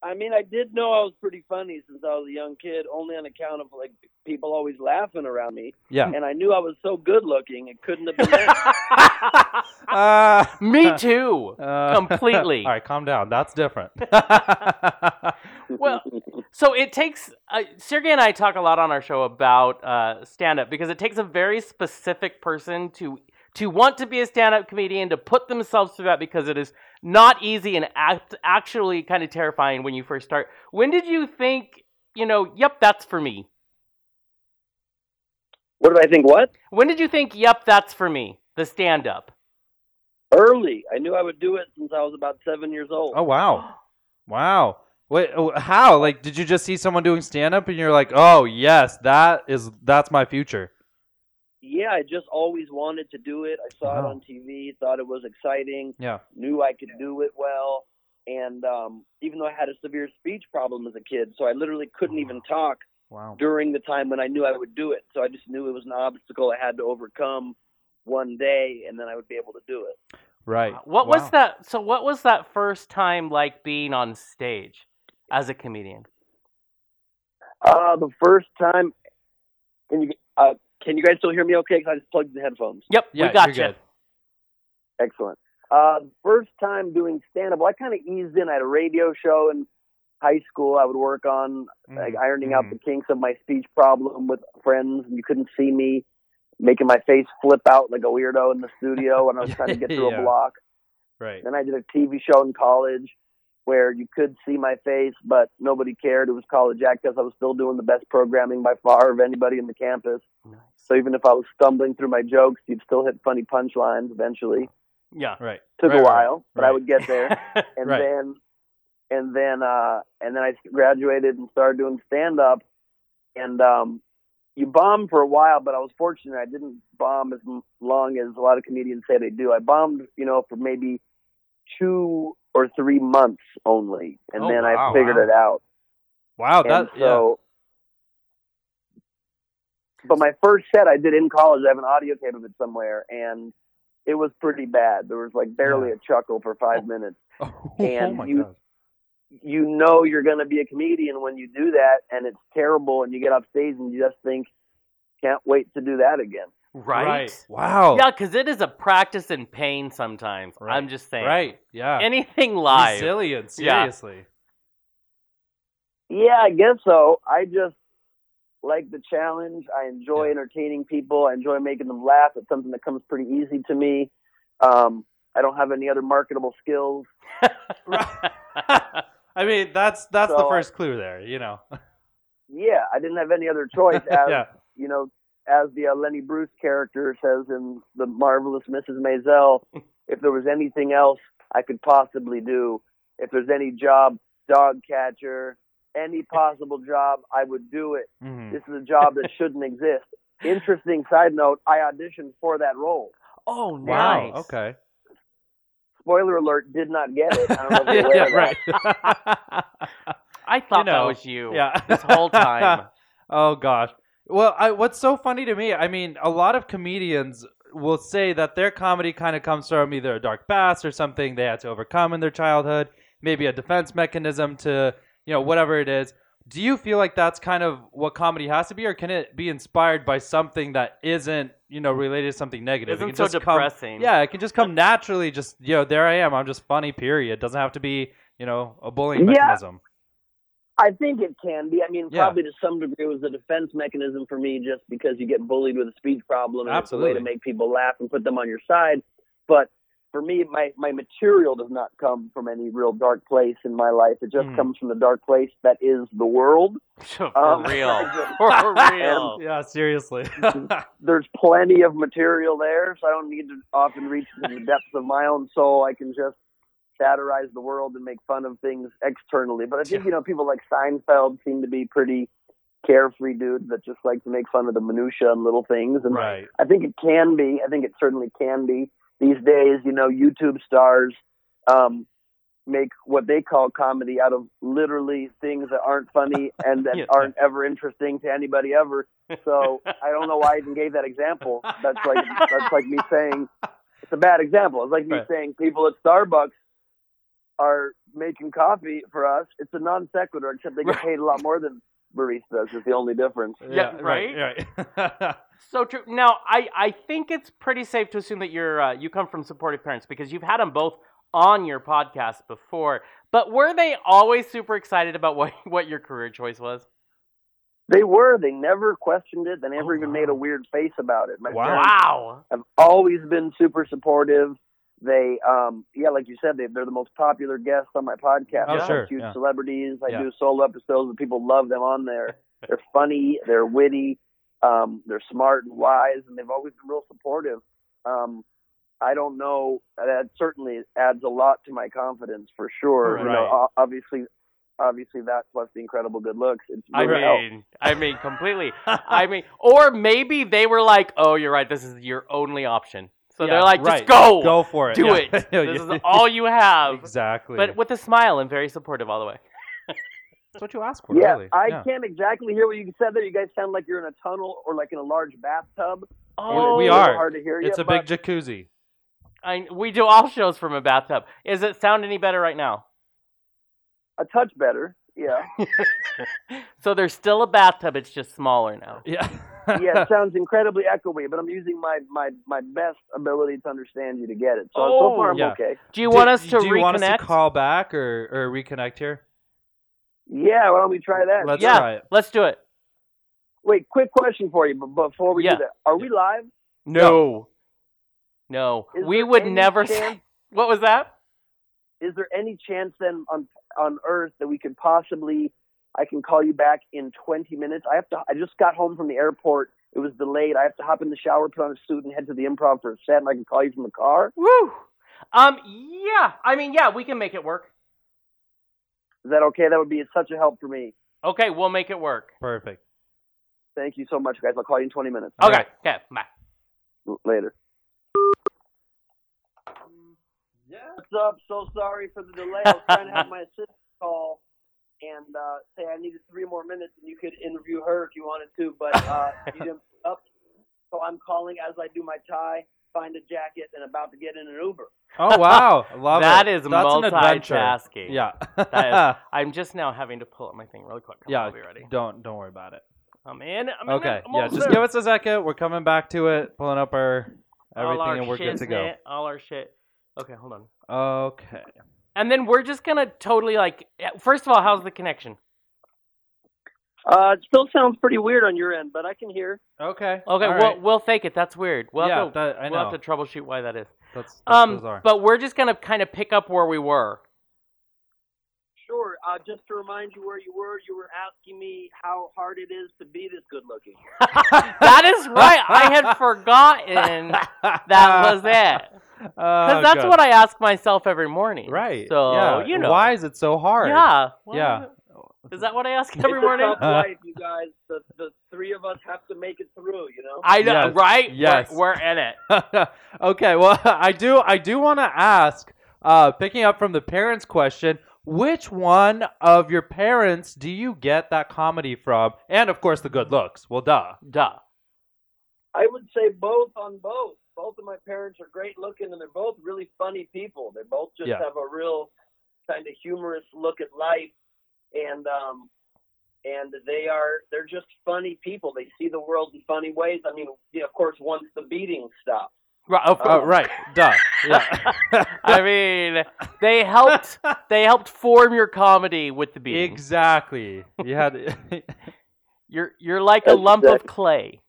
Speaker 4: I mean, I did know I was pretty funny since I was a young kid, only on account of like people always laughing around me,
Speaker 1: Yeah.
Speaker 4: and I knew I was so good looking. It couldn't have been. that.
Speaker 1: Uh,
Speaker 2: Me too.
Speaker 1: uh,
Speaker 2: Completely.
Speaker 1: all right, calm down. That's different.
Speaker 2: Well, So it takes uh, Sergey and I talk a lot on our show about uh, stand up because it takes a very specific person to to want to be a stand up comedian to put themselves through that because it is not easy and act, actually kind of terrifying when you first start. When did you think, you know, yep, that's for me?
Speaker 4: what did I think? What?
Speaker 2: When did you think, yep, that's for me, the stand up?
Speaker 4: early. I knew I would do it since I was about seven years old.
Speaker 1: oh wow, wow. Wait, oh, how? Like, did you just see someone doing stand up and you're like, oh yes, that is that's my future.
Speaker 4: Yeah, I just always wanted to do it. I saw
Speaker 1: Wow.
Speaker 4: it on TV, thought it was exciting,
Speaker 1: Yeah.
Speaker 4: knew I could do it well. And um, even though I had a severe speech problem as a kid, so I literally couldn't even talk
Speaker 1: Wow.
Speaker 4: during the time when I knew I would do it. So I just knew it was an obstacle I had to overcome one day, and then I would be able to do it.
Speaker 1: Right.
Speaker 2: What
Speaker 1: Wow.
Speaker 2: was that? So, what was that first time like being on stage as a comedian?
Speaker 4: Uh, the first time, can you uh, can you guys still hear me? Okay, because I just plugged in headphones.
Speaker 2: Yep,
Speaker 1: Yeah,
Speaker 2: we got
Speaker 1: you're
Speaker 2: you.
Speaker 1: good.
Speaker 4: Excellent. Uh, first time doing stand up, well, I kind of eased in. I had a radio show in high school. I would work on
Speaker 1: Mm.
Speaker 4: like ironing out the kinks of my speech problem with friends, and you couldn't see me making my face flip out like a weirdo in the studio when I was trying to get through
Speaker 1: Yeah.
Speaker 4: a block.
Speaker 1: Right.
Speaker 4: Then I did a TV show in college where you could see my face, but nobody cared. It was college access. I was still doing the best programming by far of anybody in the campus. So even if I was stumbling through my jokes, you'd still hit funny punchlines eventually.
Speaker 2: Yeah.
Speaker 1: Right.
Speaker 4: Took
Speaker 1: Right,
Speaker 4: a
Speaker 1: right,
Speaker 4: while, but I
Speaker 1: right.
Speaker 4: would get there and
Speaker 1: Right.
Speaker 4: then and then uh and then I graduated and started doing stand up and um you bomb for a while but I was fortunate I didn't bomb as m- long as a lot of comedians say they do I bombed you know for maybe 2 or 3 months only and
Speaker 1: Oh,
Speaker 4: then
Speaker 1: wow,
Speaker 4: I figured
Speaker 1: wow.
Speaker 4: it out
Speaker 1: Wow.
Speaker 4: and
Speaker 1: Oh, That. yeah.
Speaker 4: so but my first set I did in college I have an audio tape of it somewhere and it was pretty bad there was like barely a chuckle for 5 minutes
Speaker 1: Oh,
Speaker 4: and
Speaker 1: my
Speaker 4: you-
Speaker 1: god.
Speaker 4: you know you're going to be a comedian when you do that, and it's terrible, and you get off stage and you just think, can't wait to do that again.
Speaker 2: Right?
Speaker 1: Wow.
Speaker 2: Yeah, because it is a practice in pain sometimes.
Speaker 1: Oh. Right.
Speaker 2: I'm just saying.
Speaker 1: Right. Yeah.
Speaker 2: Anything live.
Speaker 1: Resilience.
Speaker 2: Yeah.
Speaker 1: Seriously.
Speaker 4: Yeah, I guess so. I just like the challenge. I enjoy
Speaker 1: Yeah.
Speaker 4: entertaining people. I enjoy making them laugh. It's something that comes pretty easy to me. Um, I don't have any other marketable skills.
Speaker 1: I mean, that's that's the
Speaker 4: So-
Speaker 1: first clue there. You know.
Speaker 4: Yeah, I didn't have any other choice. As
Speaker 1: yeah.
Speaker 4: you know, as the uh, Lenny Bruce character says in the marvelous Mrs. Maisel, if there was anything else I could possibly do, if there's any job, dog catcher, any possible job, I would do it.
Speaker 1: Mhm.
Speaker 4: This is a job that shouldn't exist. Interesting side note, I auditioned for that role.
Speaker 2: oh,
Speaker 1: Wow.
Speaker 2: nice.
Speaker 1: Okay.
Speaker 4: Spoiler alert, did not get it. I don't know if you're
Speaker 1: yeah.
Speaker 4: aware
Speaker 1: yeah,
Speaker 4: of that.
Speaker 1: Right.
Speaker 2: I thought that
Speaker 1: know,
Speaker 2: was you.
Speaker 1: yeah.
Speaker 2: This whole time.
Speaker 1: Oh gosh. Well, I, what's so funny to me? I mean, a lot of comedians will say that their comedy kind of comes from either a dark past or something they had to overcome in their childhood, maybe a defense mechanism to, you know, whatever it is. Do you feel like that's kind of what comedy has to be, or can it be inspired by something that isn't, you know, related to something negative? It can
Speaker 2: Isn't so
Speaker 1: just come-
Speaker 2: depressing.
Speaker 1: yeah, it can just come naturally. Just you know, there I am. I'm just funny. Period. Doesn't have to be, you know, a bullying
Speaker 4: Yeah.
Speaker 1: mechanism.
Speaker 4: I think it can be. I mean,
Speaker 1: Yeah.
Speaker 4: probably to some degree it was a defense mechanism for me just because you get bullied with a speech problem and it's a way
Speaker 1: Absolutely.
Speaker 4: to make people laugh and put them on your side. But for me, my, my material does not come from any real dark place in my life. It just
Speaker 1: Mm.
Speaker 4: comes from the dark place that is the world.
Speaker 2: For
Speaker 4: Um,
Speaker 2: real. For real.
Speaker 1: Yeah, seriously.
Speaker 4: There's plenty of material there, so I don't need to often reach to the depths of my own soul. I can just satirize the world and make fun of things externally. But I think, you know, people like Seinfeld seem to be pretty carefree dudes that just like to make fun of the minutia and little things. And
Speaker 1: right.
Speaker 4: I think it can be. I think it certainly can be. These days, you know, YouTube stars um, make what they call comedy out of literally things that aren't funny and that
Speaker 1: Yeah.
Speaker 4: aren't ever interesting to anybody ever. So I don't know why I even gave that example. That's like that's like me saying it's a bad example. It's like me
Speaker 1: Right.
Speaker 4: saying people at Starbucks are making coffee for us. It's a non sequitur, except they get paid a lot more than baristas. Is the only difference.
Speaker 2: Yeah,
Speaker 1: Right. right.
Speaker 2: So true. Now, I, I think it's pretty safe to assume that you're uh, you come from supportive parents because you've had them both on your podcast before. But were they always super excited about what what your career choice was?
Speaker 4: They were. They never questioned it. They never
Speaker 1: Oh,
Speaker 4: even
Speaker 1: wow.
Speaker 4: made a weird face about it. My
Speaker 1: Wow.
Speaker 4: parents
Speaker 2: Wow.
Speaker 4: have always been super supportive. They, um, yeah, like you said, they, they're the most popular guests on my podcast.
Speaker 1: Oh,
Speaker 4: I have
Speaker 1: sure,
Speaker 4: Huge
Speaker 1: yeah.
Speaker 4: celebrities. I
Speaker 1: Yeah.
Speaker 4: do solo episodes, but people love them on there. They're funny. They're witty. Um, they're smart and wise, and they've always been real supportive. Um, I don't know. That certainly adds a lot to my confidence for sure. You know,
Speaker 1: Right.
Speaker 4: o- obviously, obviously that plus the incredible good looks. It's
Speaker 2: I
Speaker 4: really helped.
Speaker 2: mean, I mean, completely. I mean, or maybe they were like, "Oh, you're right. This is your only option." So
Speaker 1: Yeah,
Speaker 2: they're like, "Just
Speaker 1: right.
Speaker 2: go,
Speaker 1: Go for it.
Speaker 2: do
Speaker 1: Yeah.
Speaker 2: it.
Speaker 1: Yeah,
Speaker 2: This
Speaker 1: yeah.
Speaker 2: is all you have."
Speaker 1: Exactly.
Speaker 2: But with a smile and very supportive all the way.
Speaker 1: that's what you ask for,
Speaker 4: Yeah,
Speaker 1: really.
Speaker 4: I
Speaker 1: yeah.
Speaker 4: can't exactly hear what you said there. You guys sound like you're in a tunnel or like in a large bathtub.
Speaker 1: We- we
Speaker 4: It's a little
Speaker 1: are.
Speaker 4: Hard to hear you.
Speaker 1: It's a
Speaker 4: but
Speaker 1: big jacuzzi.
Speaker 2: Oh, I, we do all shows from a bathtub. Is it sound any better right now?
Speaker 4: a touch better. Yeah.
Speaker 2: So there's still a bathtub. It's just smaller now.
Speaker 1: Yeah.
Speaker 4: Yeah, it sounds incredibly echoey, but I'm using my my my best ability to understand you to get it. So
Speaker 2: Oh,
Speaker 4: so far I'm
Speaker 1: yeah.
Speaker 4: okay.
Speaker 2: Do you want us to
Speaker 1: do you
Speaker 2: reconnect?
Speaker 1: want us to call back or, or reconnect here?
Speaker 4: Yeah, why don't we try that?
Speaker 1: Let's
Speaker 2: Yeah.
Speaker 1: try it.
Speaker 2: Let's do it.
Speaker 4: Wait, quick question for you, but before we
Speaker 2: Yeah.
Speaker 4: do that, are we live?
Speaker 2: No. No.
Speaker 4: Is
Speaker 2: we
Speaker 4: there
Speaker 2: would
Speaker 4: any
Speaker 2: never.
Speaker 4: chance-
Speaker 2: what was that?
Speaker 4: Is there any chance then on on Earth that we could possibly? I can call you back in 20 minutes. I have to. I just got home from the airport. It was delayed. I have to hop in the shower, put on a suit, and head to the improv for a set. And I can call you from the car.
Speaker 2: Woo. Um. Yeah. I mean, yeah. We can make it work.
Speaker 4: Is that okay? That would be such a help for me.
Speaker 2: Okay. We'll make it work.
Speaker 1: Perfect.
Speaker 4: Thank you so much, guys. I'll call you in 20 minutes.
Speaker 1: All
Speaker 2: Okay.
Speaker 1: right.
Speaker 2: Okay. Bye.
Speaker 4: L- Later. Yeah. What's up? So sorry for the delay. I was trying to have my assistant call and uh, say I needed three more minutes, and you could interview her if you wanted to, but uh, you didn't put up. So I'm calling as I do my tie. find a jacket and about to get in an Uber.
Speaker 1: Oh wow, love
Speaker 2: That
Speaker 1: it.
Speaker 2: is
Speaker 1: That's an adventure.
Speaker 2: multitasking.
Speaker 1: Yeah.
Speaker 2: That I'm just now having to pull up my thing really quick.
Speaker 1: yeah.
Speaker 2: I'll be ready.
Speaker 1: Don't don't worry about it.
Speaker 2: I'm in. I'm
Speaker 1: Okay.
Speaker 2: In,
Speaker 1: yeah.
Speaker 2: I'm almost
Speaker 1: Just
Speaker 2: there.
Speaker 1: give us a second. We're coming back to it. Pulling up our everything,
Speaker 2: all our
Speaker 1: and we're good to go.
Speaker 2: shiznit, All our shit. Okay, hold on.
Speaker 1: Okay.
Speaker 2: And then we're just gonna totally like. yeah, First of all, how's the connection?
Speaker 4: Uh, it still sounds pretty weird on your end, but I can hear.
Speaker 1: Okay.
Speaker 2: Okay,
Speaker 1: All
Speaker 2: we'll
Speaker 1: right.
Speaker 2: we'll fake it. That's weird. We'll
Speaker 1: yeah.
Speaker 2: have to,
Speaker 1: that, I know.
Speaker 2: we'll have to troubleshoot why that is.
Speaker 1: that's that's
Speaker 2: Um,
Speaker 1: bizarre.
Speaker 2: but we're just gonna kind of pick up where we were.
Speaker 4: Sure. Uh, just to remind you where you were, you were asking me how hard it is to be this good looking.
Speaker 2: that is right. I had forgotten that was it. Because that's what I ask myself every morning.
Speaker 1: Oh, Right.
Speaker 2: So
Speaker 1: yeah.
Speaker 2: you know
Speaker 1: why is it so hard?
Speaker 2: Yeah. Well,
Speaker 1: Yeah.
Speaker 2: Is that what I ask
Speaker 4: It's
Speaker 2: every
Speaker 4: a
Speaker 2: morning?
Speaker 4: tough life, you guys. The, the three of us have to make it through. You know.
Speaker 2: I know,
Speaker 1: Yes.
Speaker 2: right? We're-
Speaker 1: Yes.
Speaker 2: We're, in it.
Speaker 1: okay, well, I do I do want to ask uh picking up from the parents question, which one of your parents do you get that comedy from? And of course the good looks. Well, duh.
Speaker 2: Duh.
Speaker 4: I would say both on both. Both of my parents are great looking, and they're both really funny people. They both just
Speaker 1: Yeah.
Speaker 4: have a real kind of humorous look at life, and um, and they are they're just funny people. They see the world in funny ways. I mean, yeah, of course, once the beating stops.
Speaker 2: Right. Of
Speaker 1: Uh,
Speaker 2: course.
Speaker 1: right. Duh. Yeah.
Speaker 2: I mean, they helped. They helped form your comedy with the beating.
Speaker 1: exactly. You had
Speaker 2: You're you're like a lump of
Speaker 4: Exactly.
Speaker 2: clay.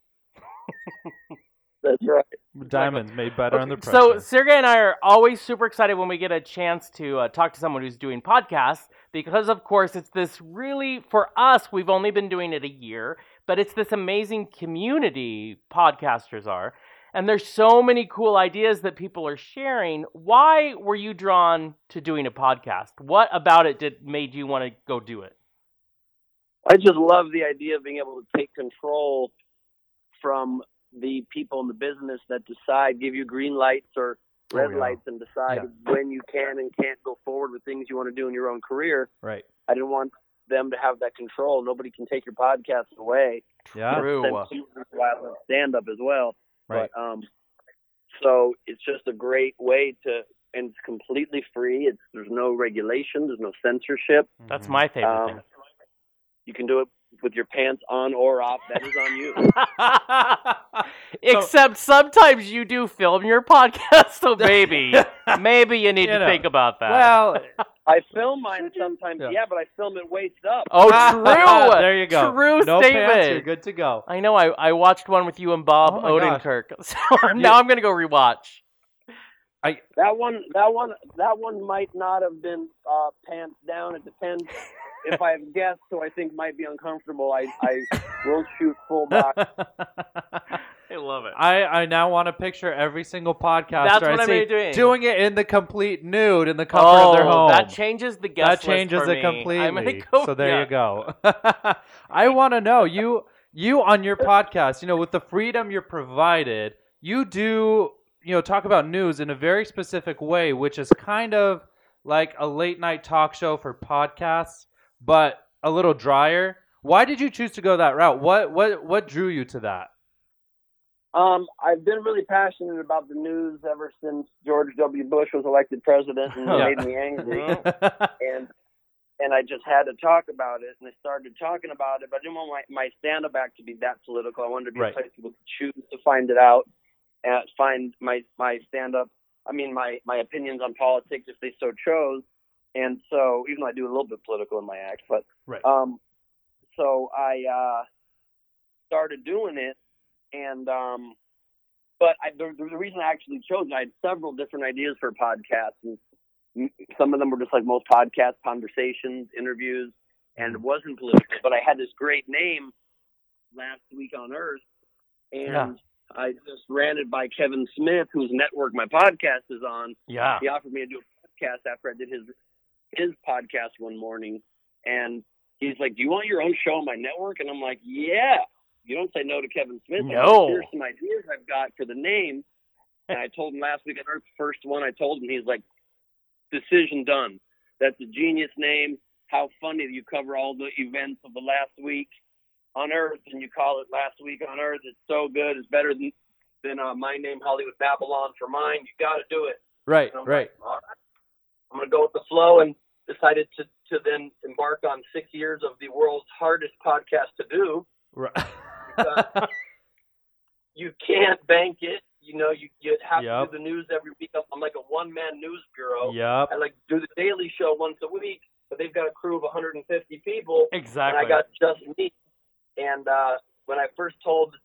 Speaker 4: That's right.
Speaker 1: diamonds made better under pressure.
Speaker 2: So Sergey and I are always super excited when we get a chance to uh, talk to someone who's doing podcasts because, of course, it's this really for us. We've only been doing it a year, but it's this amazing community podcasters are, and there's so many cool ideas that people are sharing. Why were you drawn to doing a podcast? What about it did made you want to go do it?
Speaker 4: I just love the idea of being able to take control from the people in the business that decide, give you green lights or
Speaker 1: Oh,
Speaker 4: red
Speaker 1: yeah.
Speaker 4: lights, and decide when you can and can't go forward with things you want to do in your own career.
Speaker 1: right.
Speaker 4: I didn't want them to have that control. Nobody can take your podcast away.
Speaker 1: Yeah.
Speaker 2: True.
Speaker 4: Stand up as well.
Speaker 1: Right.
Speaker 4: But, um, so it's just a great way to, and it's completely free. It's there's no regulation. There's no censorship.
Speaker 2: That's
Speaker 1: Mhm.
Speaker 2: my favorite
Speaker 4: Um,
Speaker 2: thing.
Speaker 4: you can do it with your pants on or off. That is on you.
Speaker 2: Except sometimes you do film your podcast, so maybe, maybe you need
Speaker 1: You
Speaker 2: to
Speaker 1: know.
Speaker 2: think about that.
Speaker 1: Well,
Speaker 4: I film mine
Speaker 1: Should you?
Speaker 4: sometimes.
Speaker 1: Yeah.
Speaker 4: Yeah. but I film it waist up.
Speaker 2: oh, true.
Speaker 1: there you go.
Speaker 2: True
Speaker 1: no
Speaker 2: statement.
Speaker 1: Pants, you're good to go.
Speaker 2: I know. I, I watched one with you and Bob
Speaker 1: Oh my gosh.
Speaker 2: Odenkirk, so now I'm gonna go rewatch.
Speaker 4: That one, that one, that one might not have been uh, pants down. It depends. if I have guests who I think might be uncomfortable, I I will shoot full box.
Speaker 2: I love it.
Speaker 1: I, I now want to picture every single podcaster
Speaker 2: That's what
Speaker 1: I
Speaker 2: I'm
Speaker 1: see
Speaker 2: gonna be doing.
Speaker 1: it in the complete nude in the comfort
Speaker 2: oh,
Speaker 1: of their home.
Speaker 2: that changes the guest
Speaker 1: That
Speaker 2: list
Speaker 1: changes
Speaker 2: for
Speaker 1: it
Speaker 2: me. I'm gonna
Speaker 1: completely.
Speaker 2: go-
Speaker 1: so there you
Speaker 2: yeah.
Speaker 1: go. I want to know you you on your podcast. You know, with the freedom you're provided, you do you know talk about news in a very specific way, which is kind of like a late night talk show for podcasts, but a little drier. Why did you choose to go that route? What what what drew you to that?
Speaker 4: Um, I've been really passionate about the news ever since George W. Bush was elected president, and it
Speaker 1: Oh, Yeah. Oh.
Speaker 4: made me angry. and and I just had to talk about it, and I started talking about it. But I didn't want my, my stand up act to be that political. I wanted to be
Speaker 1: Right.
Speaker 4: a place people could choose to find it out and find my my stand up. I mean, my my opinions on politics if they so chose. And so, even though I do a little bit political in my act, but
Speaker 1: Right.
Speaker 4: um, so I uh, started doing it, and um, but I, the, the reason I actually chose, it, I had several different ideas for podcasts, and m- some of them were just like most podcasts, conversations, interviews, and it wasn't political. But I had this great name last week on Earth, and
Speaker 2: Yeah.
Speaker 4: I just ran it by Kevin Smith, whose network my podcast is on.
Speaker 2: yeah.
Speaker 4: He offered me to do a podcast after I did his his podcast one morning, and he's like, "Do you want your own show on my network?" And I'm like, "Yeah." You don't say no to Kevin Smith. I'm like,
Speaker 2: No.
Speaker 4: Here's some ideas I've got for the name. And I told him last week on Earth, first one I told him, he's like, "Decision done. That's a genius name. How funny that you cover all the events of the last week on Earth, and you call it last week on Earth. It's so good. It's better than then uh, my name Hollywood Babylon for mine. You got to do it.
Speaker 1: Right,
Speaker 4: And I'm
Speaker 1: right.
Speaker 4: Like, All right. I'm going to go with the flow and decided to, to then embark on six years of the world's hardest podcast to do.
Speaker 1: Right.
Speaker 4: You can't bank it. You know, you, you have
Speaker 1: Yep.
Speaker 4: to do the news every week. I'm- I'm like a one man news bureau.
Speaker 1: yep.
Speaker 4: I like do the daily show once a week, but they've got a crew of 150 people.
Speaker 1: Exactly.
Speaker 4: And I got just me. And uh, when I first told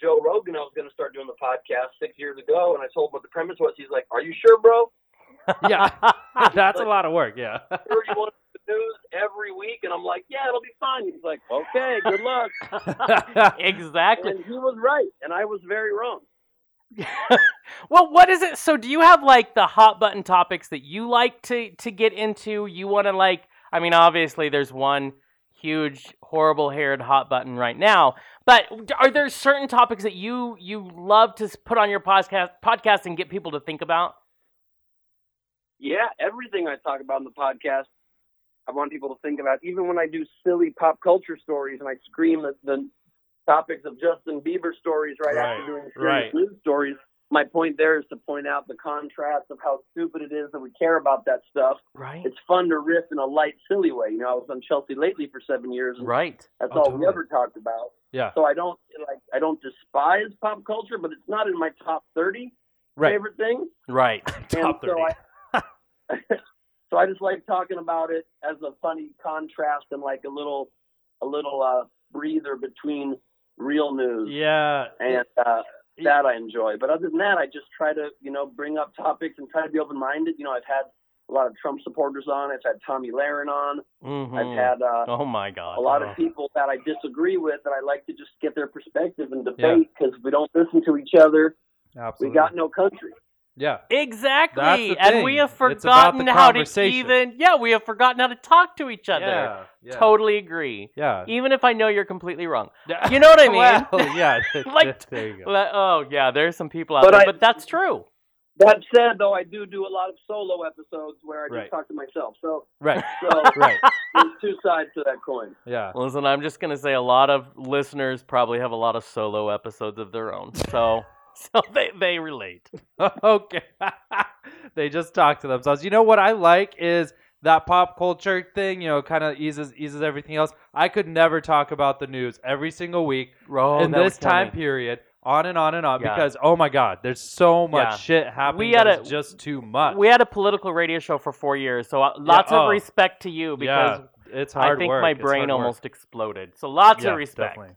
Speaker 4: Joe Rogan I was going to start doing the podcast six years ago, and I told him what the premise was, he's like, "Are you sure, bro?
Speaker 1: yeah. That's a lot of work. Yeah.
Speaker 4: Sure you want the news every week?" And I'm like, "Yeah, it'll be fun." He's like, "Okay, good luck."
Speaker 2: exactly.
Speaker 4: And he was right, and I was very wrong.
Speaker 2: well, what is it? So, do you have like the hot button topics that you like to to get into? You want to like? I mean, obviously, there's one huge, horrible haired hot button right now. But d- are there certain topics that you you love to s- put on your podcast podcast and get people to think about?
Speaker 4: Yeah, everything I talk about in the podcast, I want people to think about. Even when I do silly pop culture stories and I scream the, the topics of Justin Bieber stories right,
Speaker 1: Right,
Speaker 4: after doing serious
Speaker 1: right.
Speaker 4: news stories, my point there is to point out the contrast of how stupid it is that we care about that stuff.
Speaker 2: Right.
Speaker 4: It's fun to riff in a light, silly way. You know, I was on Chelsea lately for seven years, and
Speaker 2: Right.
Speaker 4: that's
Speaker 1: Oh,
Speaker 4: all
Speaker 1: totally.
Speaker 4: we ever talked about.
Speaker 1: Yeah.
Speaker 4: So I don't like I don't despise pop culture, but it's not in my top thirty
Speaker 1: Right.
Speaker 4: favorite things.
Speaker 2: Right.
Speaker 1: Top
Speaker 4: And
Speaker 1: thirty.
Speaker 4: So I, so I just like talking about it as a funny contrast and like a little, a little uh, breather between real news,
Speaker 1: Yeah.
Speaker 4: and uh, that I enjoy. But other than that, I just try to you know bring up topics and try to be open minded. You know, I've had a lot of Trump supporters on. I've had Tommy Lahren on.
Speaker 2: Mhm.
Speaker 1: Hmm.
Speaker 4: I've had uh,
Speaker 2: oh my god.
Speaker 4: a lot
Speaker 1: Oh.
Speaker 4: of people that I disagree with, and I like to just get their perspective and
Speaker 1: Yeah.
Speaker 4: debate because we don't listen to each other.
Speaker 1: Absolutely.
Speaker 4: We got no country.
Speaker 1: yeah.
Speaker 2: Exactly.
Speaker 1: That's the
Speaker 2: and
Speaker 1: thing.
Speaker 2: we have
Speaker 1: It's about the
Speaker 2: forgotten how to
Speaker 1: conversation.
Speaker 2: even yeah, we have forgotten how to talk to each other.
Speaker 1: Yeah. Yeah.
Speaker 2: Totally agree.
Speaker 1: Yeah.
Speaker 2: Even if I know you're completely wrong. You know what I mean?
Speaker 1: Well, yeah.
Speaker 2: Like-
Speaker 1: there you go.
Speaker 2: Le- oh yeah, there's some people out
Speaker 4: But
Speaker 2: there,
Speaker 4: I-
Speaker 2: but that's true.
Speaker 4: That said, though, I do do a lot of solo episodes where I just
Speaker 1: Right.
Speaker 4: talk to myself. So,
Speaker 1: Right.
Speaker 4: so
Speaker 1: Right.
Speaker 4: there's two sides to that coin.
Speaker 1: Yeah.
Speaker 2: Listen, I'm just gonna say a lot of listeners probably have a lot of solo episodes of their own, so so they they relate.
Speaker 1: okay. they just talk to themselves. You know what I like is that pop culture thing, you know, kind of eases eases everything else. I could never talk about the news every single week
Speaker 2: Oh,
Speaker 1: in
Speaker 2: that was
Speaker 1: this time
Speaker 2: funny.
Speaker 1: period, on and on and on,
Speaker 2: Yeah.
Speaker 1: because oh my god, there's so much
Speaker 2: Yeah.
Speaker 1: shit happening.
Speaker 2: We
Speaker 1: We
Speaker 2: had a-
Speaker 1: just too much.
Speaker 2: we had a political radio show for four years, so uh, lots
Speaker 1: oh.
Speaker 2: of respect to you because
Speaker 1: yeah, it's
Speaker 2: I
Speaker 1: hard
Speaker 2: think
Speaker 1: work.
Speaker 2: my
Speaker 1: It's hard
Speaker 2: brain
Speaker 1: work.
Speaker 2: almost exploded. So lots
Speaker 1: Yeah,
Speaker 2: of respect.
Speaker 1: definitely.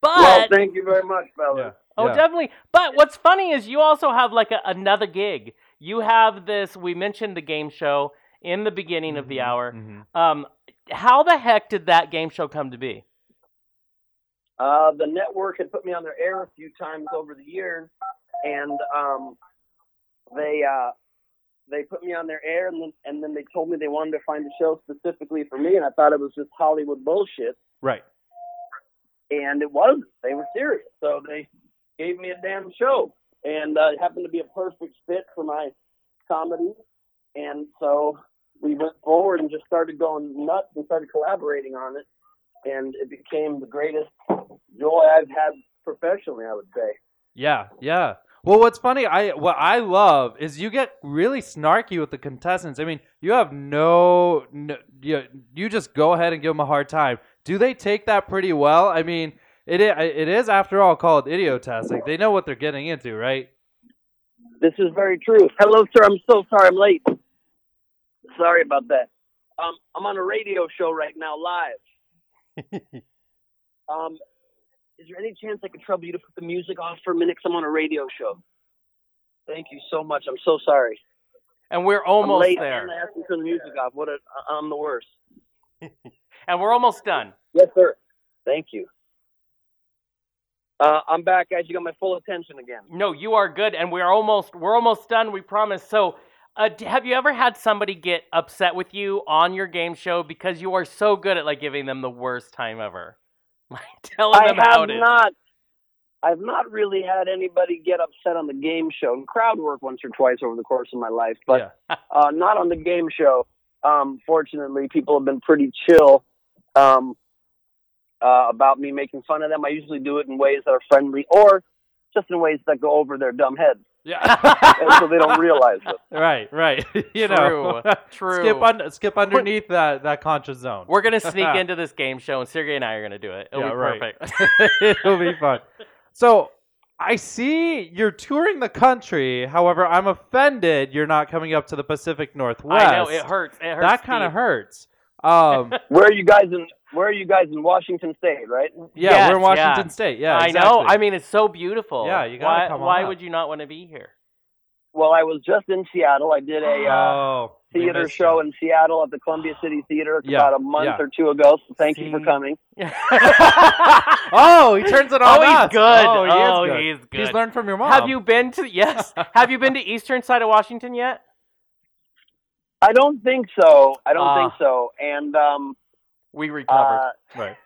Speaker 2: But
Speaker 4: Well, thank you very much, fellas.
Speaker 1: Yeah.
Speaker 2: Oh,
Speaker 1: yeah.
Speaker 2: definitely. But what's funny is you also have like a, another gig. You have this. We mentioned the game show in the beginning of the
Speaker 1: Mhm,
Speaker 2: hour.
Speaker 1: mhm.
Speaker 2: Um, how the heck did that game show come to be?
Speaker 4: Uh, the network had put me on their air a few times over the years, and um, they uh, they put me on their air, and then, and then they told me they wanted to find a show specifically for me, and I thought it was just Hollywood bullshit,
Speaker 1: Right.
Speaker 4: and it wasn't. They were serious, so they gave me a damn show, and uh, it happened to be a perfect fit for my comedy, and so we went forward and just started going nuts and started collaborating on it, and it became the greatest joy I've had professionally, I would say.
Speaker 1: Yeah, yeah. Well, what's funny, I what I love is you get really snarky with the contestants. I mean, you have no, no you, you just go ahead and give them a hard time. Do they take that pretty well? I mean, it i- it is after all called idiotastic. They know what they're getting into, right?
Speaker 4: This is very true. Hello, sir. I'm so sorry I'm late. Sorry about that. Um, I'm on a radio show right now, live. um, is there any chance I could trouble you to put the music off for a minute? 'Cause I'm on a radio show. Thank you so much. I'm so sorry.
Speaker 2: And we're
Speaker 4: I'm
Speaker 2: almost
Speaker 4: late
Speaker 2: there.
Speaker 4: and I asked you to turn the music off. What a, I'm the worst.
Speaker 2: And we're almost done.
Speaker 4: Yes, sir. Thank you. Uh, I'm back, guys. You got my full attention again.
Speaker 2: No, you are good. And we're almost we're almost done. We promise. So. Uh, d- have you ever had somebody get upset with you on your game show because you are so good at like giving them the worst time ever? Like telling
Speaker 4: I
Speaker 2: them how
Speaker 4: have
Speaker 2: it is.
Speaker 4: not. I've not really had anybody get upset on the game show and crowd work once or twice over the course of my life, but uh, not on the game show. Um, fortunately, people have been pretty chill um, uh, about me making fun of them. I usually do it in ways that are friendly, or just in ways that go over their dumb heads, and
Speaker 1: Yeah.
Speaker 4: so they don't realize it.
Speaker 1: right, right. you know,
Speaker 2: True.
Speaker 1: skip un- skip underneath that that conscious zone.
Speaker 2: We're gonna sneak into this game show, and Sergey and I are gonna do it. It'll
Speaker 1: Yeah,
Speaker 2: be
Speaker 1: right.
Speaker 2: perfect.
Speaker 1: It'll be fun. So I see you're touring the country. However, I'm offended you're not coming up to the Pacific Northwest.
Speaker 2: I know it hurts. It hurts.
Speaker 1: that kind of
Speaker 2: Steve.
Speaker 1: hurts. Um,
Speaker 4: Where are you guys in? Where are you guys in Washington State? Right?
Speaker 1: yeah,
Speaker 2: Yes,
Speaker 1: we're in Washington
Speaker 2: yeah.
Speaker 1: State. Yeah,
Speaker 2: I know.
Speaker 1: exactly.
Speaker 2: I mean, it's so beautiful.
Speaker 1: Yeah, you gotta
Speaker 2: why,
Speaker 1: come on
Speaker 2: Why
Speaker 1: up.
Speaker 2: would you not want to be here?
Speaker 4: Well, I was just in Seattle. I did a uh,
Speaker 1: oh, we
Speaker 4: theater
Speaker 1: missed
Speaker 4: show
Speaker 1: you.
Speaker 4: in Seattle at the Columbia City Theater
Speaker 1: Yeah,
Speaker 4: about a month
Speaker 1: yeah.
Speaker 4: or two ago. So thank you for
Speaker 2: See?
Speaker 4: coming.
Speaker 1: Oh, he turns it on
Speaker 2: oh,
Speaker 1: us.
Speaker 2: he's good.
Speaker 1: Oh, he is good.
Speaker 2: he's good.
Speaker 1: He's learned from your mom.
Speaker 2: Have you been to yes? Have you been to Eastern side of Washington yet?
Speaker 4: I don't think so. I don't
Speaker 2: Ah.
Speaker 4: think so. And um,
Speaker 2: We recovered.
Speaker 4: uh,
Speaker 1: Right.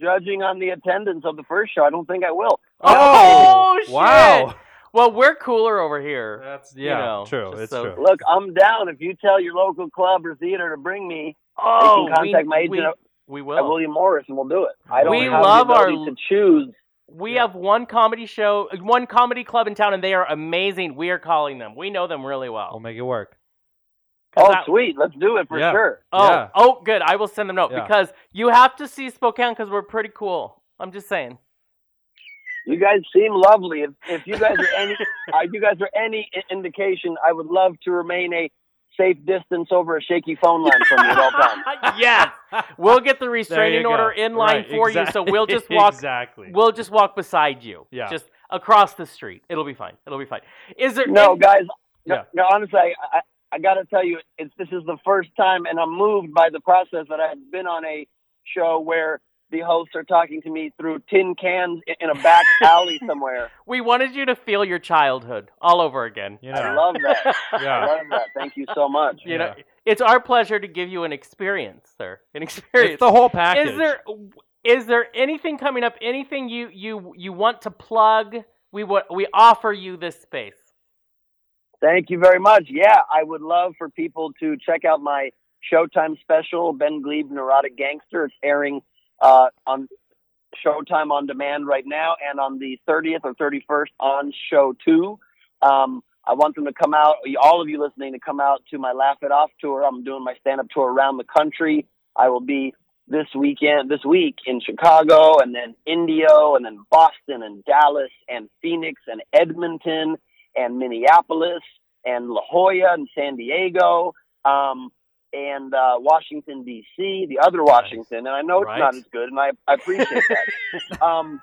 Speaker 4: judging on the attendance of the first show, I don't think I will.
Speaker 1: Oh,
Speaker 2: Oh, shit.
Speaker 1: wow.
Speaker 2: well, we're cooler over here.
Speaker 1: That's
Speaker 2: You
Speaker 1: yeah,
Speaker 2: know,
Speaker 1: true.
Speaker 2: just
Speaker 1: It's
Speaker 2: so-
Speaker 1: true.
Speaker 4: Look, I'm down. If you tell your local club or theater to bring me
Speaker 2: Oh,
Speaker 4: can contact
Speaker 2: we,
Speaker 4: my agent
Speaker 2: we,
Speaker 4: at-
Speaker 2: we
Speaker 4: at
Speaker 2: will.
Speaker 4: William Morris, and we'll do it. I don't
Speaker 1: We
Speaker 4: have
Speaker 2: love
Speaker 4: the
Speaker 2: our-
Speaker 4: ability to choose.
Speaker 2: We have one comedy show, one comedy club in town, and they are amazing. We are calling them. We know them really
Speaker 1: I'll
Speaker 2: well.
Speaker 1: make it work.
Speaker 2: 'Cause
Speaker 4: Oh,
Speaker 2: I-
Speaker 4: sweet, let's do it for
Speaker 1: Yeah.
Speaker 4: sure.
Speaker 2: Oh,
Speaker 1: Yeah.
Speaker 2: oh, good. I will send them a note
Speaker 1: Yeah.
Speaker 2: because you have to see Spokane because we're pretty cool. I'm just saying.
Speaker 4: You guys seem lovely. If, if you guys are any, uh, you guys are any i- indication, I would love to remain a safe distance over a shaky phone line from you at all times.
Speaker 2: yes, we'll get the
Speaker 1: There you
Speaker 2: restraining order
Speaker 1: go.
Speaker 2: in line
Speaker 1: Right,
Speaker 2: for you, so
Speaker 1: exact-
Speaker 2: we'll just walk
Speaker 1: exactly.
Speaker 2: We'll just walk beside you.
Speaker 1: Yeah.
Speaker 2: Just across the street. It'll be fine. It'll be fine. Is there
Speaker 4: No, guys. No,
Speaker 1: Yeah.
Speaker 4: no honestly, I, I, I got to tell you, it's this is the first time, and I'm moved by the process that I've been on a show where the hosts are talking to me through tin cans i- in a back alley somewhere.
Speaker 2: we wanted you to feel your childhood all over again.
Speaker 1: you
Speaker 4: I
Speaker 1: know,
Speaker 4: love that. I
Speaker 1: yeah.
Speaker 4: love that. Thank you so much.
Speaker 2: You know, it's our pleasure to give you an experience, sir. An
Speaker 1: It's
Speaker 2: experience.
Speaker 1: the whole package.
Speaker 2: Is there is there anything coming up? Anything you you you want to plug? We wa- we offer you this space.
Speaker 4: Thank you very much. Yeah, I would love for people to check out my Showtime special, Ben Glebe, Neurotic Gangster. It's airing uh, on Showtime on demand right now and on the 30th or 31st on Show 2. Um, I want them to come out, all of you listening, to come out to my Laugh It Off tour. I'm doing my stand up tour around the country. I will be this weekend, this week in Chicago and then Indio and then Boston and Dallas and Phoenix and Edmonton and Minneapolis and La Jolla and San Diego um, and uh, Washington D.C. The other Washington, and I know it's
Speaker 1: Right.
Speaker 4: not as good, and I, I appreciate that. um,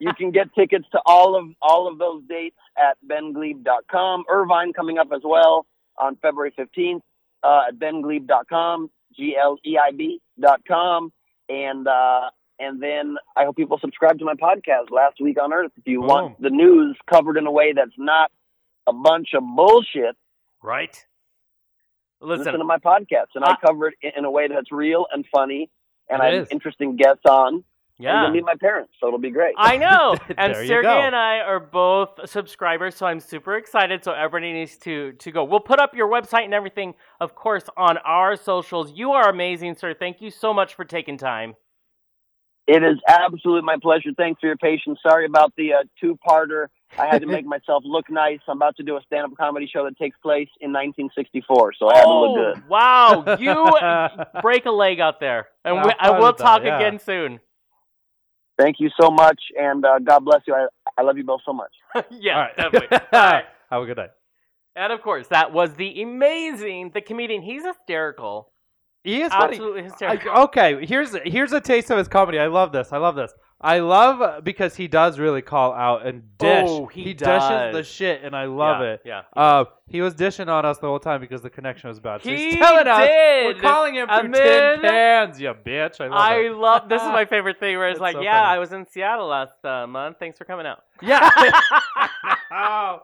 Speaker 4: you can get tickets to all of all of those dates at benglebe.com. Irvine coming up as well on February fifteenth uh, at benglebe.com, g l e i b dot com, and uh, and then I hope people subscribe to my podcast, Last Week on Earth. If
Speaker 1: Oh.
Speaker 4: you want the news covered in a way that's not a bunch of bullshit,
Speaker 2: Right.
Speaker 4: listen,
Speaker 2: Listen,
Speaker 4: to my podcast, and I
Speaker 2: I-
Speaker 4: cover it in- in a way that's real and funny, and
Speaker 1: It
Speaker 4: I have
Speaker 1: is.
Speaker 4: interesting guests on. I'm
Speaker 2: yeah.
Speaker 4: gonna meet my parents, so it'll be great.
Speaker 2: I know. And
Speaker 1: There you
Speaker 2: Sergey
Speaker 1: go.
Speaker 2: and I are both subscribers, so I'm super excited. So everybody needs to to go. We'll put up your website and everything, of course, on our socials. You are amazing, sir. Thank you so much for taking time.
Speaker 4: It is absolutely my pleasure. Thanks for your patience. Sorry about the uh, two-parter. I had to make myself look nice. I'm about to do a stand-up comedy show that takes place in 1964, so I had to look
Speaker 2: oh,
Speaker 4: good.
Speaker 2: wow. You break a leg out there. And
Speaker 1: Have
Speaker 2: we, I
Speaker 1: fun
Speaker 2: will
Speaker 1: with that,
Speaker 2: talk
Speaker 1: yeah.
Speaker 2: again soon.
Speaker 4: Thank you so much, and uh, God bless you. I, I love you both so much.
Speaker 2: yeah,
Speaker 1: All right.
Speaker 2: definitely.
Speaker 1: Have a good night.
Speaker 2: And of course, that was the amazing, the comedian. He's hysterical.
Speaker 1: He is funny.
Speaker 2: Absolutely hysterical.
Speaker 1: I, okay, here's here's a taste of his comedy. I love this. I love this. I love uh, because he does really call out and dish.
Speaker 2: Oh, he
Speaker 1: dishes
Speaker 2: does.
Speaker 1: the shit, and I love
Speaker 2: Yeah,
Speaker 1: it.
Speaker 2: Yeah.
Speaker 1: Uh, he was dishing on us the whole time because the connection was bad. So he's
Speaker 2: He
Speaker 1: telling us we're
Speaker 2: did.
Speaker 1: calling him through
Speaker 2: And
Speaker 1: tin
Speaker 2: then-
Speaker 1: cans, you bitch. I love
Speaker 2: I
Speaker 1: it.
Speaker 2: love this is my favorite thing where it's,
Speaker 1: It's
Speaker 2: like,
Speaker 1: so
Speaker 2: yeah,
Speaker 1: funny.
Speaker 2: I was in Seattle last uh, month. Thanks for coming out.
Speaker 1: Yeah. oh,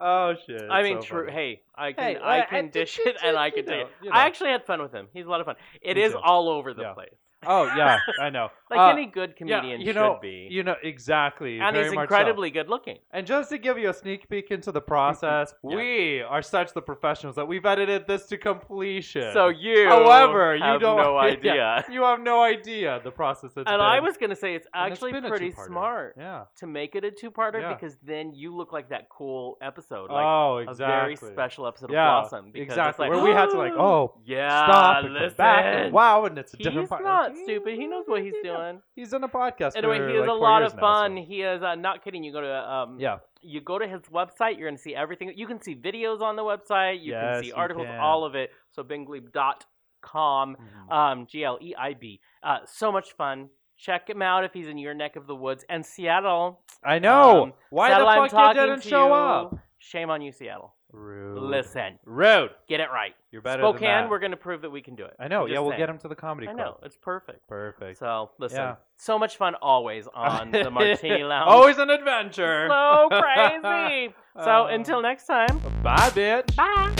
Speaker 1: oh shit.
Speaker 2: I
Speaker 1: it's
Speaker 2: mean,
Speaker 1: so
Speaker 2: true.
Speaker 1: funny.
Speaker 2: Hey, I can
Speaker 1: Hey,
Speaker 2: I
Speaker 1: I-
Speaker 2: can
Speaker 1: I-
Speaker 2: dish it and I
Speaker 1: you
Speaker 2: can
Speaker 1: know,
Speaker 2: take it.
Speaker 1: you know.
Speaker 2: I actually had fun with him. He's a lot of fun. It
Speaker 1: Me
Speaker 2: is
Speaker 1: too.
Speaker 2: all over the
Speaker 1: Yeah.
Speaker 2: place.
Speaker 1: Oh yeah, I know.
Speaker 2: like
Speaker 1: Uh,
Speaker 2: any good comedian
Speaker 1: you
Speaker 2: should
Speaker 1: know,
Speaker 2: be.
Speaker 1: You know exactly.
Speaker 2: and
Speaker 1: very
Speaker 2: he's
Speaker 1: much so.
Speaker 2: incredibly good looking.
Speaker 1: And just to give you a sneak peek into the process,
Speaker 2: Mm-hmm. Yeah.
Speaker 1: we are such the professionals that we've edited this to completion.
Speaker 2: So you,
Speaker 1: however, you
Speaker 2: have
Speaker 1: don't
Speaker 2: no
Speaker 1: yeah,
Speaker 2: idea.
Speaker 1: you have no idea the process that's
Speaker 2: and
Speaker 1: been-
Speaker 2: I was gonna say it's
Speaker 1: and it's
Speaker 2: actually
Speaker 1: been a
Speaker 2: pretty
Speaker 1: two-parter.
Speaker 2: smart
Speaker 1: Yeah.
Speaker 2: to make it a two-parter
Speaker 1: Yeah.
Speaker 2: because then you look like that cool episode, like
Speaker 1: oh, exactly.
Speaker 2: a very special episode
Speaker 1: Yeah,
Speaker 2: of Blossom. Because
Speaker 1: exactly.
Speaker 2: it's like,
Speaker 1: Where we had to like, oh,
Speaker 2: yeah,
Speaker 1: stop and
Speaker 2: listen.
Speaker 1: come back. And wow, and it's a
Speaker 2: He's
Speaker 1: different. part.
Speaker 2: not
Speaker 1: Like,
Speaker 2: stupid. He knows what he's
Speaker 1: yeah.
Speaker 2: doing.
Speaker 1: He's in a podcast.
Speaker 2: Anyway,
Speaker 1: for,
Speaker 2: he is
Speaker 1: like,
Speaker 2: a
Speaker 1: four
Speaker 2: lot
Speaker 1: years
Speaker 2: of
Speaker 1: now,
Speaker 2: fun.
Speaker 1: so-
Speaker 2: He is uh, not kidding. You go to um,
Speaker 1: Yeah.
Speaker 2: you go to his website, you're going to see everything. You can see videos on the website, you
Speaker 1: Yes,
Speaker 2: can see
Speaker 1: you
Speaker 2: articles,
Speaker 1: can.
Speaker 2: all of it. So benglebe.com, um, G L E I B. Uh, so much fun. Check him out if he's in your neck of the woods. And Seattle,
Speaker 1: I know.
Speaker 2: um,
Speaker 1: Why
Speaker 2: Seattle, I'm
Speaker 1: the fuck
Speaker 2: talking
Speaker 1: you didn't
Speaker 2: to
Speaker 1: show
Speaker 2: you.
Speaker 1: up?
Speaker 2: shame on you, Seattle.
Speaker 1: Rude.
Speaker 2: Listen,
Speaker 1: Rude.
Speaker 2: get it right.
Speaker 1: You're better
Speaker 2: Spokane,
Speaker 1: than that.
Speaker 2: we're going to prove that we can do it.
Speaker 1: I know.
Speaker 2: I'm
Speaker 1: Yeah,
Speaker 2: just
Speaker 1: we'll
Speaker 2: saying.
Speaker 1: get him to the comedy
Speaker 2: I
Speaker 1: club.
Speaker 2: know. It's perfect.
Speaker 1: Perfect.
Speaker 2: So, listen,
Speaker 1: Yeah.
Speaker 2: so much fun always on the Martini Lounge.
Speaker 1: Always an adventure.
Speaker 2: so crazy. so,
Speaker 1: Uh,
Speaker 2: until next time.
Speaker 1: Bye, bitch.
Speaker 2: Bye.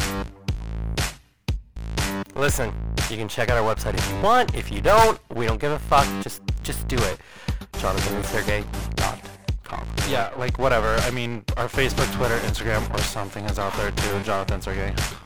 Speaker 3: Listen, you can check out our website if you want. If you don't, we don't give a fuck. Just just do it. JonathanandSergey.com. Yeah, like whatever. I mean, our Facebook, Twitter, Instagram, or something is out there too. Jonathan Sergey.